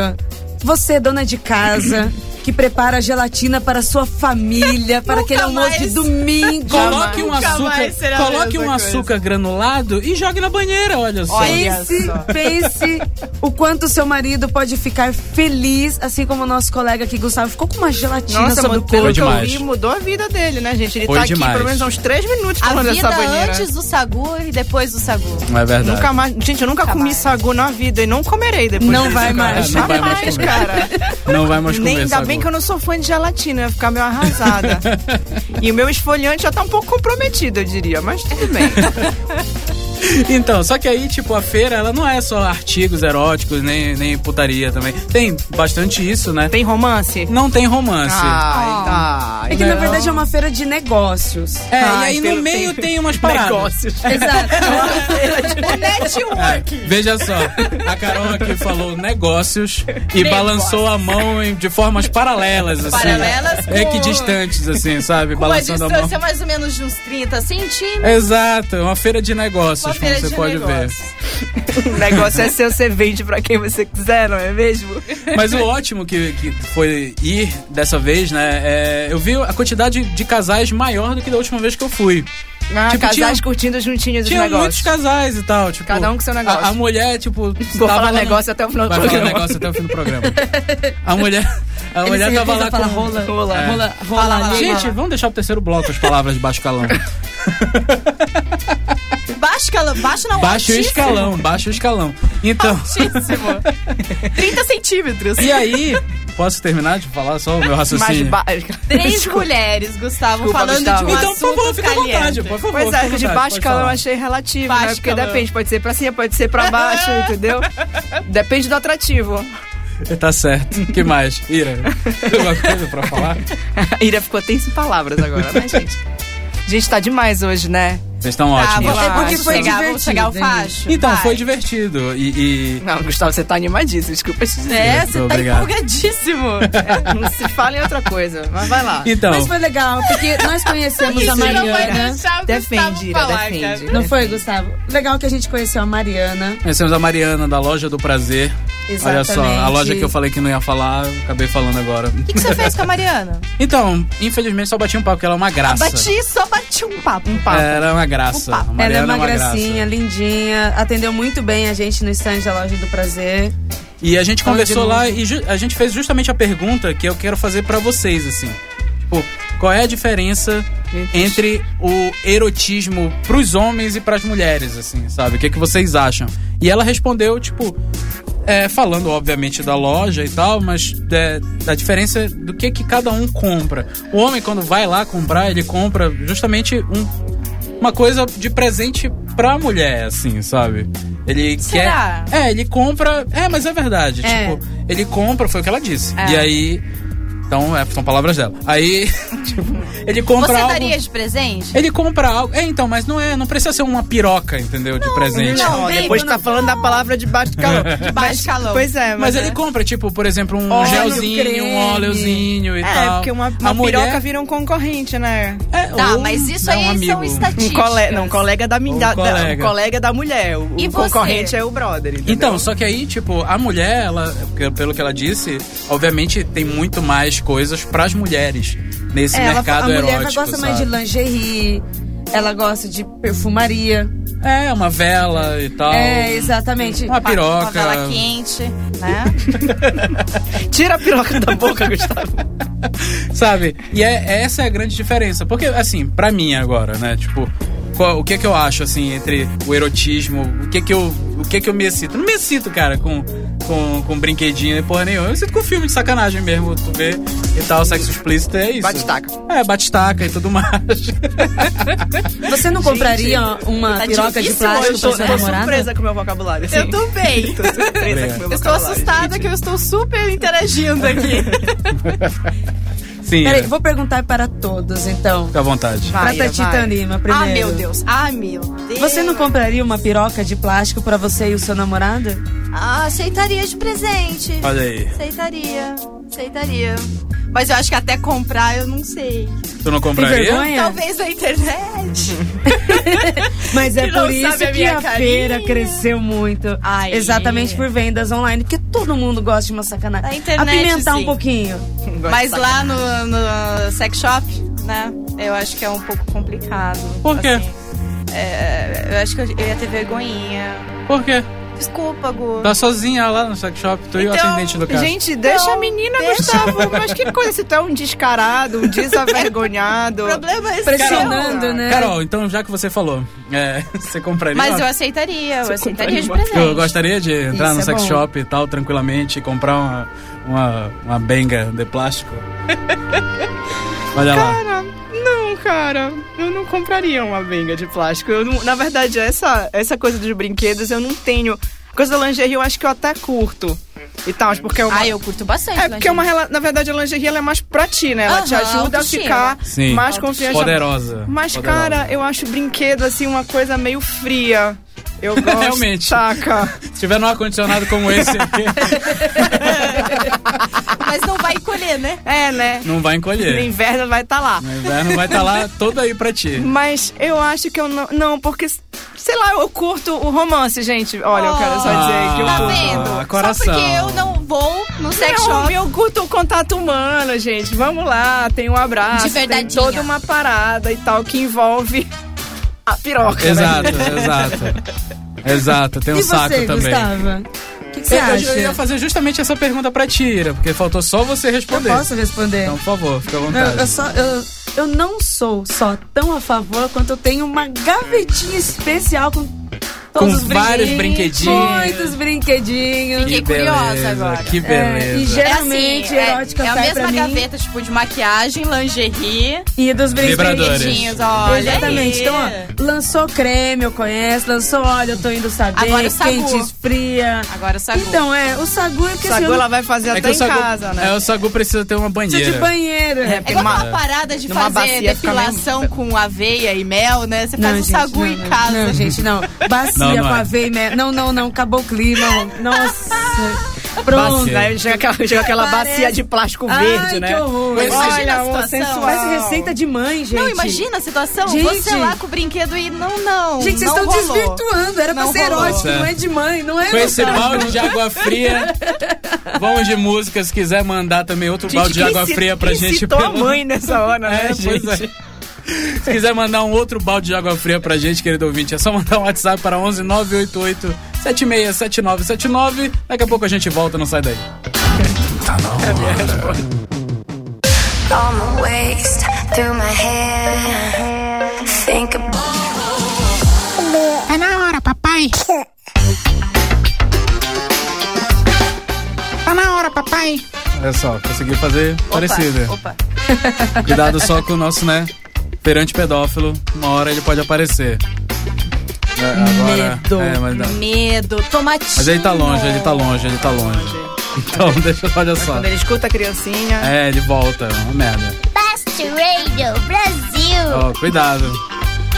[SPEAKER 2] Você, dona de casa, que prepara gelatina para sua família, para aquele
[SPEAKER 3] Nunca
[SPEAKER 2] almoço de
[SPEAKER 3] mais.
[SPEAKER 2] domingo.
[SPEAKER 1] Coloque um
[SPEAKER 4] Nunca
[SPEAKER 1] açúcar,
[SPEAKER 4] mais será a
[SPEAKER 1] coloque um
[SPEAKER 4] mesma coisa.
[SPEAKER 1] açúcar granulado e jogue na banheira, olha só.
[SPEAKER 4] Olha.
[SPEAKER 2] Pense,
[SPEAKER 4] só.
[SPEAKER 2] pense o quanto seu marido pode ficar feliz, assim como o nosso colega aqui, Gustavo, ficou com uma gelatina
[SPEAKER 4] Nossa, é
[SPEAKER 2] sobre
[SPEAKER 4] mano,
[SPEAKER 2] o
[SPEAKER 4] pelo
[SPEAKER 2] couro.
[SPEAKER 1] Foi
[SPEAKER 4] que eu
[SPEAKER 1] demais.
[SPEAKER 4] vi, mudou a vida dele, né, gente? Ele
[SPEAKER 1] Foi
[SPEAKER 4] tá aqui
[SPEAKER 1] demais.
[SPEAKER 4] pelo menos há uns três
[SPEAKER 1] tá
[SPEAKER 4] minutos
[SPEAKER 3] A
[SPEAKER 4] tomando
[SPEAKER 3] vida
[SPEAKER 4] essa banheira.
[SPEAKER 3] antes do sagu e depois do sagu.
[SPEAKER 1] Não é verdade.
[SPEAKER 4] Nunca mais. Gente, eu nunca, comi
[SPEAKER 3] mais.
[SPEAKER 4] sagu na vida e não comerei depois.
[SPEAKER 2] Não
[SPEAKER 4] disso,
[SPEAKER 2] vai
[SPEAKER 4] cara.
[SPEAKER 2] mais.
[SPEAKER 1] Não vai mais
[SPEAKER 4] Jamais,
[SPEAKER 1] comer.
[SPEAKER 4] cara.
[SPEAKER 1] Não vai mais comer
[SPEAKER 4] Nem, ainda
[SPEAKER 1] sagu.
[SPEAKER 4] bem que eu não sou fã de gelatina, eu ia ficar meio arrasada. e o meu esfoliante já tá um pouco comprometido, eu diria, mas tudo bem.
[SPEAKER 1] Então, só que aí, tipo, a feira, ela não é só artigos eróticos, nem, nem putaria também. Tem bastante isso, né?
[SPEAKER 4] Tem romance?
[SPEAKER 1] Não tem romance.
[SPEAKER 3] Ah.
[SPEAKER 4] Ai, tá.
[SPEAKER 2] É que na verdade é uma feira de negócios.
[SPEAKER 1] É, e
[SPEAKER 4] Ai,
[SPEAKER 1] aí no
[SPEAKER 4] pelo-
[SPEAKER 1] meio tem umas paradas.
[SPEAKER 4] Negócios.
[SPEAKER 2] Exato.
[SPEAKER 1] É, veja só, a Carol aqui falou negócios e balançou a mão em- de formas paralelas, assim.
[SPEAKER 3] Paralelas com-
[SPEAKER 1] Equidistantes, assim, sabe?
[SPEAKER 3] Uma
[SPEAKER 1] Balançando a mão.
[SPEAKER 3] distância mais ou menos de uns 30 centímetros.
[SPEAKER 1] Exato, é uma feira de negócios,
[SPEAKER 3] Uma feira
[SPEAKER 1] como você
[SPEAKER 3] de
[SPEAKER 1] pode
[SPEAKER 3] negócios.
[SPEAKER 4] O negócio é seu, você vende pra quem você quiser, não é mesmo?
[SPEAKER 1] ver. Mas o ótimo que, que foi ir dessa vez, né? é, eu vi a quantidade de casais maior do que da última vez que eu fui.
[SPEAKER 4] Ah,
[SPEAKER 1] Tipo,
[SPEAKER 4] casais
[SPEAKER 1] tinha-
[SPEAKER 4] curtindo juntinhos os
[SPEAKER 1] Tinha muitos
[SPEAKER 4] negócios.
[SPEAKER 1] casais e tal, tipo.
[SPEAKER 4] Cada um com seu negócio.
[SPEAKER 1] A, a mulher, tipo.
[SPEAKER 4] Vou
[SPEAKER 1] tava
[SPEAKER 4] falar
[SPEAKER 1] lá no-
[SPEAKER 4] negócio até o final do
[SPEAKER 1] Vai falar
[SPEAKER 4] programa.
[SPEAKER 1] negócio até o fim do programa. A mulher. A
[SPEAKER 2] Ele
[SPEAKER 1] mulher
[SPEAKER 2] se
[SPEAKER 1] tava
[SPEAKER 2] recusa
[SPEAKER 1] lá
[SPEAKER 2] a
[SPEAKER 1] com.
[SPEAKER 2] falar rola, rola,
[SPEAKER 1] É.
[SPEAKER 2] rola, rola, rola.
[SPEAKER 1] Gente, vamos deixar pro terceiro bloco as palavras de baixo calão.
[SPEAKER 3] Baixo, escalão, baixo não,
[SPEAKER 1] Baixo o
[SPEAKER 3] altíssimo.
[SPEAKER 1] escalão, baixo o escalão. Então.
[SPEAKER 3] Altíssimo. 30 centímetros.
[SPEAKER 1] E aí, posso terminar de falar só o meu
[SPEAKER 4] Mais
[SPEAKER 1] raciocínio?
[SPEAKER 4] ba...
[SPEAKER 3] Três mulheres, Gustavo,
[SPEAKER 4] Desculpa,
[SPEAKER 3] falando
[SPEAKER 4] Gustavo.
[SPEAKER 3] de um
[SPEAKER 1] Então, por
[SPEAKER 3] assunto
[SPEAKER 1] favor, fica à
[SPEAKER 3] caliente.
[SPEAKER 1] vontade, por favor.
[SPEAKER 4] Pois
[SPEAKER 1] fica à
[SPEAKER 4] é, de
[SPEAKER 1] vontade,
[SPEAKER 4] baixo
[SPEAKER 1] pode
[SPEAKER 4] calão eu
[SPEAKER 1] falar.
[SPEAKER 4] achei relativo,
[SPEAKER 3] Baixo
[SPEAKER 4] né? Porque
[SPEAKER 3] calão.
[SPEAKER 4] depende, pode ser pra cima, pode ser pra baixo, entendeu? Depende do atrativo.
[SPEAKER 1] Tá certo. que mais? Ira, tem alguma coisa pra falar?
[SPEAKER 4] A Ira ficou até sem palavras agora, né, gente? Gente, tá demais hoje, né?
[SPEAKER 1] Vocês estão
[SPEAKER 4] Tá,
[SPEAKER 1] ótimos.
[SPEAKER 4] vou-
[SPEAKER 2] É porque
[SPEAKER 3] Vamos
[SPEAKER 2] foi
[SPEAKER 3] chegar, vamos
[SPEAKER 2] divertido,
[SPEAKER 3] chegar o
[SPEAKER 2] hein?
[SPEAKER 3] facho.
[SPEAKER 1] Então,
[SPEAKER 3] vai.
[SPEAKER 1] foi divertido. E. e-
[SPEAKER 4] Não, Gustavo, você tá animadíssimo, desculpa te dizer.
[SPEAKER 3] É, você tá
[SPEAKER 1] Obrigado.
[SPEAKER 3] empolgadíssimo.
[SPEAKER 4] É, não se fala em outra coisa, mas vai lá.
[SPEAKER 1] Então.
[SPEAKER 2] Mas foi legal, porque nós conhecemos a
[SPEAKER 3] Isso não vai
[SPEAKER 2] Mariana.
[SPEAKER 3] deixar o Gustavo
[SPEAKER 4] Defende, Ira,
[SPEAKER 3] falar, cara.
[SPEAKER 4] defende.
[SPEAKER 2] Não foi, Gustavo? Legal que a gente conheceu a Mariana.
[SPEAKER 1] Conhecemos a Mariana da Loja do Prazer.
[SPEAKER 2] Exatamente.
[SPEAKER 1] Olha só, a loja que eu falei que não ia falar, eu acabei falando agora.
[SPEAKER 3] O que, que você fez com a Mariana?
[SPEAKER 1] Então, infelizmente só bati um papo, porque ela é uma graça.
[SPEAKER 3] Bati, só bati um papo. Um papo.
[SPEAKER 1] Era uma graça.
[SPEAKER 3] Um papo.
[SPEAKER 1] A
[SPEAKER 2] Ela é
[SPEAKER 1] Mariana
[SPEAKER 2] uma,
[SPEAKER 1] é uma
[SPEAKER 2] gracinha,
[SPEAKER 1] graça.
[SPEAKER 2] lindinha. Atendeu muito bem a gente no stand da Loja do Prazer.
[SPEAKER 1] E a gente
[SPEAKER 2] Fala de
[SPEAKER 1] conversou
[SPEAKER 2] novo.
[SPEAKER 1] lá e ju- a gente fez justamente a pergunta que eu quero fazer pra vocês, assim. Tipo, qual é a diferença entre o erotismo pros homens e pras mulheres, assim, sabe? O que, que vocês acham? E ela respondeu, tipo, é, falando, obviamente, da loja e tal, mas é, da diferença do que, que cada um compra. O homem, quando vai lá comprar, ele compra justamente um. Uma coisa de presente pra mulher, assim, sabe? Ele
[SPEAKER 3] Será?
[SPEAKER 1] quer. É, ele compra. É, mas é verdade.
[SPEAKER 2] É.
[SPEAKER 1] Tipo, ele compra, foi o que ela disse.
[SPEAKER 2] É.
[SPEAKER 1] E aí. Então, é, são palavras dela. Aí, tipo, ele compra
[SPEAKER 3] Você
[SPEAKER 1] algo.
[SPEAKER 3] daria de presente?
[SPEAKER 1] Ele compra algo. É, então, mas não é. Não precisa ser uma piroca, entendeu? de presente.
[SPEAKER 3] não.
[SPEAKER 4] Ó,
[SPEAKER 3] bem,
[SPEAKER 4] depois
[SPEAKER 3] quando-
[SPEAKER 4] tá falando da palavra de baixo calor.
[SPEAKER 3] De baixo calor.
[SPEAKER 4] Pois é, mas.
[SPEAKER 1] Mas ele
[SPEAKER 4] é.
[SPEAKER 1] compra, tipo, por exemplo, um
[SPEAKER 4] Óleo,
[SPEAKER 1] gelzinho,
[SPEAKER 2] creme.
[SPEAKER 1] um óleozinho e
[SPEAKER 4] É,
[SPEAKER 1] tal.
[SPEAKER 4] porque uma,
[SPEAKER 1] tá. A
[SPEAKER 4] uma
[SPEAKER 1] mulher-
[SPEAKER 4] piroca vira um concorrente, né?
[SPEAKER 1] É,
[SPEAKER 3] Tá,
[SPEAKER 1] ou
[SPEAKER 3] mas isso
[SPEAKER 1] é
[SPEAKER 3] aí são
[SPEAKER 4] Um
[SPEAKER 3] estatísticas.
[SPEAKER 4] colega, não, um colega da, mi-
[SPEAKER 1] Um
[SPEAKER 4] da, da- um
[SPEAKER 1] colega.
[SPEAKER 4] colega. da mulher. O,
[SPEAKER 3] E
[SPEAKER 4] o
[SPEAKER 3] você?
[SPEAKER 4] concorrente é o brother. entendeu?
[SPEAKER 1] Então, só que aí, tipo, a mulher, ela, pelo- pelo que ela disse, obviamente tem muito mais coisas pras mulheres nesse
[SPEAKER 2] É, ela, a
[SPEAKER 1] mercado
[SPEAKER 2] mulher ela
[SPEAKER 1] erótico.
[SPEAKER 2] gosta mais de
[SPEAKER 1] sabe?
[SPEAKER 2] lingerie, ela gosta de perfumaria.
[SPEAKER 1] É, uma vela e tal.
[SPEAKER 2] É, exatamente.
[SPEAKER 1] Uma
[SPEAKER 3] Uma
[SPEAKER 1] piroca.
[SPEAKER 3] vela quente, né?
[SPEAKER 4] Tira a piroca da boca, Gustavo.
[SPEAKER 1] Sabe? E é, essa é a grande diferença. Porque, assim, pra mim agora, né? Tipo, qual- o que que eu acho, assim, entre o erotismo, o que que eu, o que que eu me excito? Não me excito, cara, com, com, com brinquedinho e porra nenhuma. Eu me excito com filme de sacanagem mesmo, tu vê e tal, sexo explícito, é isso.
[SPEAKER 4] Batistaca.
[SPEAKER 3] Tá
[SPEAKER 1] É, batistaca e tudo mais.
[SPEAKER 2] Você não compraria uma
[SPEAKER 3] tá
[SPEAKER 2] piroca de
[SPEAKER 3] difícil
[SPEAKER 2] plástico
[SPEAKER 4] Eu tô,
[SPEAKER 2] pra sua
[SPEAKER 4] tô
[SPEAKER 2] namorada?
[SPEAKER 4] surpresa com o meu vocabulário. assim.
[SPEAKER 3] Eu tô bem.
[SPEAKER 4] Tô surpresa com o meu
[SPEAKER 3] Eu
[SPEAKER 4] vocabulário.
[SPEAKER 3] estou assustada que eu estou super interagindo aqui.
[SPEAKER 1] Sim,
[SPEAKER 2] Peraí,
[SPEAKER 1] é.
[SPEAKER 2] vou perguntar para todos, então.
[SPEAKER 1] fica à vontade.
[SPEAKER 4] Vai,
[SPEAKER 2] pra Titã
[SPEAKER 4] vai.
[SPEAKER 2] Lima, primeiro.
[SPEAKER 3] Ah, meu Deus. Ah, meu Deus.
[SPEAKER 2] Você não compraria uma piroca de plástico pra você e o seu namorado?
[SPEAKER 3] Ah, aceitaria de presente.
[SPEAKER 1] Olha aí,
[SPEAKER 3] Aceitaria. Aceitaria. Mas eu acho que até comprar eu não sei.
[SPEAKER 1] tu não
[SPEAKER 2] Tem
[SPEAKER 1] compraria?
[SPEAKER 2] vergonha?
[SPEAKER 3] Talvez na internet.
[SPEAKER 2] Mas é
[SPEAKER 3] Que não
[SPEAKER 2] por isso
[SPEAKER 3] sabe a
[SPEAKER 2] que
[SPEAKER 3] minha
[SPEAKER 2] a
[SPEAKER 3] carinha.
[SPEAKER 2] feira cresceu muito.
[SPEAKER 3] Aí.
[SPEAKER 2] Exatamente por vendas online, porque todo mundo gosta de uma sacanagem.
[SPEAKER 3] Na internet,
[SPEAKER 2] Apimentar um
[SPEAKER 3] sim.
[SPEAKER 2] pouquinho.
[SPEAKER 3] Mas lá no, no sex shop, né? Eu acho que é um pouco complicado.
[SPEAKER 1] Por quê?
[SPEAKER 3] assim. É, eu acho que eu eu ia ter vergonhinha.
[SPEAKER 1] Por quê?
[SPEAKER 3] Desculpa, Gu.
[SPEAKER 1] Tá sozinha lá no sex shop, tu e o
[SPEAKER 3] Então,
[SPEAKER 1] atendente do cara.
[SPEAKER 4] Gente, deixa a menina, Gustavo. Mas que coisa, se tu é um descarado, um desavergonhado.
[SPEAKER 3] O problema é
[SPEAKER 2] Pressionando,
[SPEAKER 3] seu.
[SPEAKER 2] né?
[SPEAKER 1] Carol, então já que você falou, é, você compraria
[SPEAKER 3] Mas
[SPEAKER 1] uma
[SPEAKER 3] eu aceitaria, eu aceitaria de
[SPEAKER 4] compraria
[SPEAKER 3] presente.
[SPEAKER 1] Eu gostaria de
[SPEAKER 2] é
[SPEAKER 1] entrar
[SPEAKER 2] Isso
[SPEAKER 1] no
[SPEAKER 2] é
[SPEAKER 1] sex
[SPEAKER 2] bom.
[SPEAKER 1] shop e tal, tranquilamente, e comprar uma, uma, uma benga de plástico. Olha lá.
[SPEAKER 4] Cara, não, cara. Eu não compraria uma benga de plástico. Eu não- na verdade, essa, essa coisa dos brinquedos, eu não tenho. A Coisa da lingerie, eu acho que eu até curto. E tal, mas porque é uma.
[SPEAKER 3] Ah, eu curto bastante.
[SPEAKER 4] É porque é uma rela- na verdade a lingerie ela é mais pra ti, né? Ela te
[SPEAKER 3] Aham,
[SPEAKER 4] ajuda a
[SPEAKER 3] autoestima.
[SPEAKER 4] ficar
[SPEAKER 1] Sim.
[SPEAKER 4] mais confiante.
[SPEAKER 1] Poderosa.
[SPEAKER 4] Mas,
[SPEAKER 1] Poderosa.
[SPEAKER 4] cara, eu acho brinquedo assim uma coisa meio fria. Eu gosto.
[SPEAKER 1] Realmente.
[SPEAKER 4] Saca?
[SPEAKER 1] Se tiver num ar-condicionado como esse aqui,
[SPEAKER 2] é
[SPEAKER 3] Mas não vai colher, né?
[SPEAKER 4] É, né?
[SPEAKER 1] não vai
[SPEAKER 4] No
[SPEAKER 1] encolher.
[SPEAKER 4] inverno vai estar lá.
[SPEAKER 1] O inverno vai estar lá todo aí pra ti.
[SPEAKER 4] Mas eu acho que eu não. Não, porque. Sei lá, eu curto o romance, gente. Olha, eu quero só dizer que eu
[SPEAKER 1] Ah,
[SPEAKER 3] Tá
[SPEAKER 4] curto.
[SPEAKER 1] Ah,
[SPEAKER 3] vendo?
[SPEAKER 1] coração.
[SPEAKER 3] Só porque eu não vou no sex
[SPEAKER 4] Não,
[SPEAKER 3] shop.
[SPEAKER 4] eu curto o um contato humano, gente. Vamos lá, tem um abraço.
[SPEAKER 3] De
[SPEAKER 4] tem
[SPEAKER 3] verdadinha.
[SPEAKER 4] toda uma parada e tal que envolve a piroca. né?
[SPEAKER 1] Exato, exato. Exato, tem um
[SPEAKER 2] e
[SPEAKER 1] saco
[SPEAKER 2] você,
[SPEAKER 1] também.
[SPEAKER 2] Gustavo? O que, que você
[SPEAKER 1] Eu, eu-
[SPEAKER 2] acha?
[SPEAKER 1] eu ia fazer justamente essa pergunta pra Tira, porque faltou só você
[SPEAKER 2] Eu
[SPEAKER 1] responder.
[SPEAKER 2] posso responder?
[SPEAKER 1] Então, por favor, fica à vontade.
[SPEAKER 2] Eu, eu só, eu, eu não sou só tão a favor quanto eu tenho uma gavetinha especial com
[SPEAKER 1] com
[SPEAKER 2] Todos os
[SPEAKER 1] vários brinquedinhos.
[SPEAKER 2] Muitos brinquedinhos.
[SPEAKER 3] Fiquei curiosa agora.
[SPEAKER 1] Que
[SPEAKER 2] É, e
[SPEAKER 1] beleza.
[SPEAKER 2] geralmente
[SPEAKER 3] é assim,
[SPEAKER 2] erótica
[SPEAKER 3] é, é a
[SPEAKER 2] sai
[SPEAKER 3] mesma
[SPEAKER 2] pra mim
[SPEAKER 3] gaveta, tipo, de maquiagem, lingerie,
[SPEAKER 2] e dos
[SPEAKER 1] Vibradores.
[SPEAKER 2] brinquedinhos.
[SPEAKER 3] brinquedinhos, olha
[SPEAKER 2] Exatamente.
[SPEAKER 3] aí.
[SPEAKER 2] Então, ó, lançou creme, eu conheço, lançou óleo, eu tô indo saber.
[SPEAKER 3] Agora o sagu.
[SPEAKER 2] Quente esfria.
[SPEAKER 3] Agora o sagu.
[SPEAKER 2] Então, é, o sagu é que assim,
[SPEAKER 4] Sagu
[SPEAKER 2] eu
[SPEAKER 4] ela
[SPEAKER 2] não
[SPEAKER 4] vai fazer
[SPEAKER 1] É que
[SPEAKER 4] até
[SPEAKER 1] o
[SPEAKER 4] em
[SPEAKER 1] Sagu,
[SPEAKER 4] casa, né?
[SPEAKER 1] é, o Sagu precisa ter uma banheira.
[SPEAKER 2] preciso de banheiro.
[SPEAKER 4] É,
[SPEAKER 3] é
[SPEAKER 4] porque
[SPEAKER 3] igual
[SPEAKER 4] uma-
[SPEAKER 3] aquela parada de
[SPEAKER 4] numa
[SPEAKER 3] fazer
[SPEAKER 4] bacia fica meio-
[SPEAKER 3] depilação com aveia e mel, né? Você faz um
[SPEAKER 2] gente,
[SPEAKER 3] sagu
[SPEAKER 2] não,
[SPEAKER 3] em
[SPEAKER 2] não,
[SPEAKER 3] casa.
[SPEAKER 2] Não, gente, não.
[SPEAKER 1] Não,
[SPEAKER 2] Bacia
[SPEAKER 1] não
[SPEAKER 2] com
[SPEAKER 1] é.
[SPEAKER 2] a veia e mel. Não, não, não. Acabou o clima. Nossa. Pronto.
[SPEAKER 1] Bacia.
[SPEAKER 4] Aí chega aquela, chega aquela bacia de plástico
[SPEAKER 2] Ai,
[SPEAKER 4] verde,
[SPEAKER 2] que
[SPEAKER 4] né?
[SPEAKER 2] horror.
[SPEAKER 4] Olha,
[SPEAKER 3] Imagina a
[SPEAKER 4] o
[SPEAKER 3] tipo situação.
[SPEAKER 4] sensual.
[SPEAKER 2] Parece receita de mãe, gente.
[SPEAKER 3] Não, imagina a situação.
[SPEAKER 2] Gente.
[SPEAKER 3] Você lá com o brinquedo e não, não.
[SPEAKER 2] Gente, vocês
[SPEAKER 3] não
[SPEAKER 2] estão
[SPEAKER 3] rolou.
[SPEAKER 2] desvirtuando. Era pra
[SPEAKER 3] Não
[SPEAKER 2] ser
[SPEAKER 3] rolou.
[SPEAKER 2] erótico, não é de mãe, não é
[SPEAKER 1] Com esse
[SPEAKER 2] erótico.
[SPEAKER 1] balde de água fria. Vamos de música, se quiser mandar também outro balde de
[SPEAKER 4] quem
[SPEAKER 1] água
[SPEAKER 4] ci-
[SPEAKER 1] fria pra
[SPEAKER 4] quem
[SPEAKER 1] gente.
[SPEAKER 4] citou a
[SPEAKER 1] pelo-
[SPEAKER 4] mãe nessa hora, né,
[SPEAKER 1] É, pois
[SPEAKER 4] gente?
[SPEAKER 1] é. Se quiser mandar um outro balde de água fria pra gente, querido ouvinte, é só mandar um WhatsApp para 11 988 767979. Daqui a pouco a gente volta, não sai daí.
[SPEAKER 7] All my waist through my hair. Think about
[SPEAKER 8] Tá na hora, papai. Tá na hora, papai.
[SPEAKER 1] Olha só, consegui fazer parecida.
[SPEAKER 3] Opa.
[SPEAKER 1] Cuidado só com o nosso, né? Perante pedófilo, uma hora ele pode aparecer. É, agora.
[SPEAKER 2] Medo.
[SPEAKER 1] É, mas não.
[SPEAKER 3] Medo, tomatinho.
[SPEAKER 1] Mas ele tá longe, ele tá longe, ele tá longe. Então, deixa eu olha só.
[SPEAKER 4] Quando ele escuta a criancinha.
[SPEAKER 1] É, ele volta, uma merda.
[SPEAKER 6] Best Radio Brasil.
[SPEAKER 1] Ó, cuidado.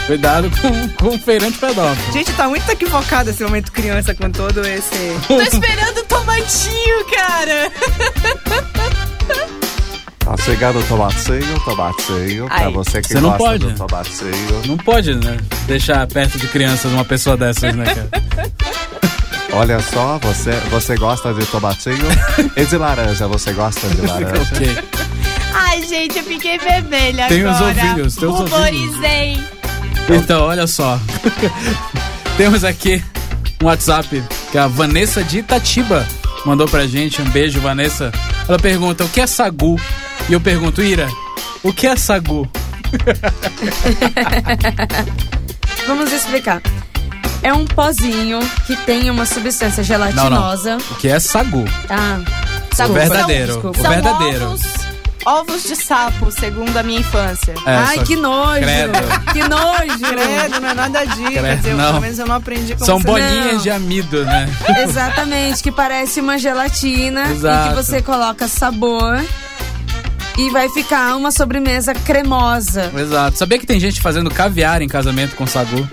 [SPEAKER 1] Cuidado com, com o feirante pedófilo.
[SPEAKER 4] Gente, tá muito equivocado esse momento criança com todo esse.
[SPEAKER 3] Tô esperando o tomatinho, cara.
[SPEAKER 5] Tá chegando o tomatinho, tomatinho, pra
[SPEAKER 3] Ai,
[SPEAKER 5] você que
[SPEAKER 1] você não
[SPEAKER 5] gosta
[SPEAKER 1] pode.
[SPEAKER 5] do tomatinho.
[SPEAKER 1] Não pode, né? Deixar perto de crianças uma pessoa dessas, né, cara?
[SPEAKER 5] Olha só, você, você gosta de tomatinho e de laranja, você gosta de laranja.
[SPEAKER 1] ok.
[SPEAKER 3] Ai, gente, eu fiquei vermelha
[SPEAKER 1] Tem os
[SPEAKER 3] agora.
[SPEAKER 1] ouvidos, tem os ouvidos.
[SPEAKER 3] Ruborizei.
[SPEAKER 1] Então, olha só. Temos aqui um WhatsApp que a Vanessa de Itatiba mandou pra gente. Um beijo, Vanessa. Ela pergunta: o que é sagu? E eu pergunto: Ira, o que é sagu?
[SPEAKER 2] Vamos explicar. É um pozinho que tem uma substância gelatinosa.
[SPEAKER 1] O que é sagu?
[SPEAKER 2] Tá.
[SPEAKER 1] O
[SPEAKER 2] Sagu.
[SPEAKER 1] verdadeiro.
[SPEAKER 2] Desculpa.
[SPEAKER 1] O
[SPEAKER 3] São
[SPEAKER 1] verdadeiro.
[SPEAKER 3] ovos, ovos de sapo, segundo a minha infância.
[SPEAKER 1] É,
[SPEAKER 2] Ai,
[SPEAKER 1] só-
[SPEAKER 2] que nojo.
[SPEAKER 1] Credo.
[SPEAKER 2] Que nojo.
[SPEAKER 4] Credo, não é nada disso.
[SPEAKER 1] Credo,
[SPEAKER 4] Quer dizer, eu-
[SPEAKER 1] não.
[SPEAKER 4] pelo menos eu não aprendi como
[SPEAKER 1] São
[SPEAKER 4] você-
[SPEAKER 1] bolinhas
[SPEAKER 2] Não.
[SPEAKER 1] de amido, né?
[SPEAKER 2] Exatamente, que parece uma gelatina
[SPEAKER 1] Exato.
[SPEAKER 2] e que você coloca sabor e vai ficar uma sobremesa cremosa.
[SPEAKER 1] Exato. Sabia que tem gente fazendo caviar em casamento com sagu?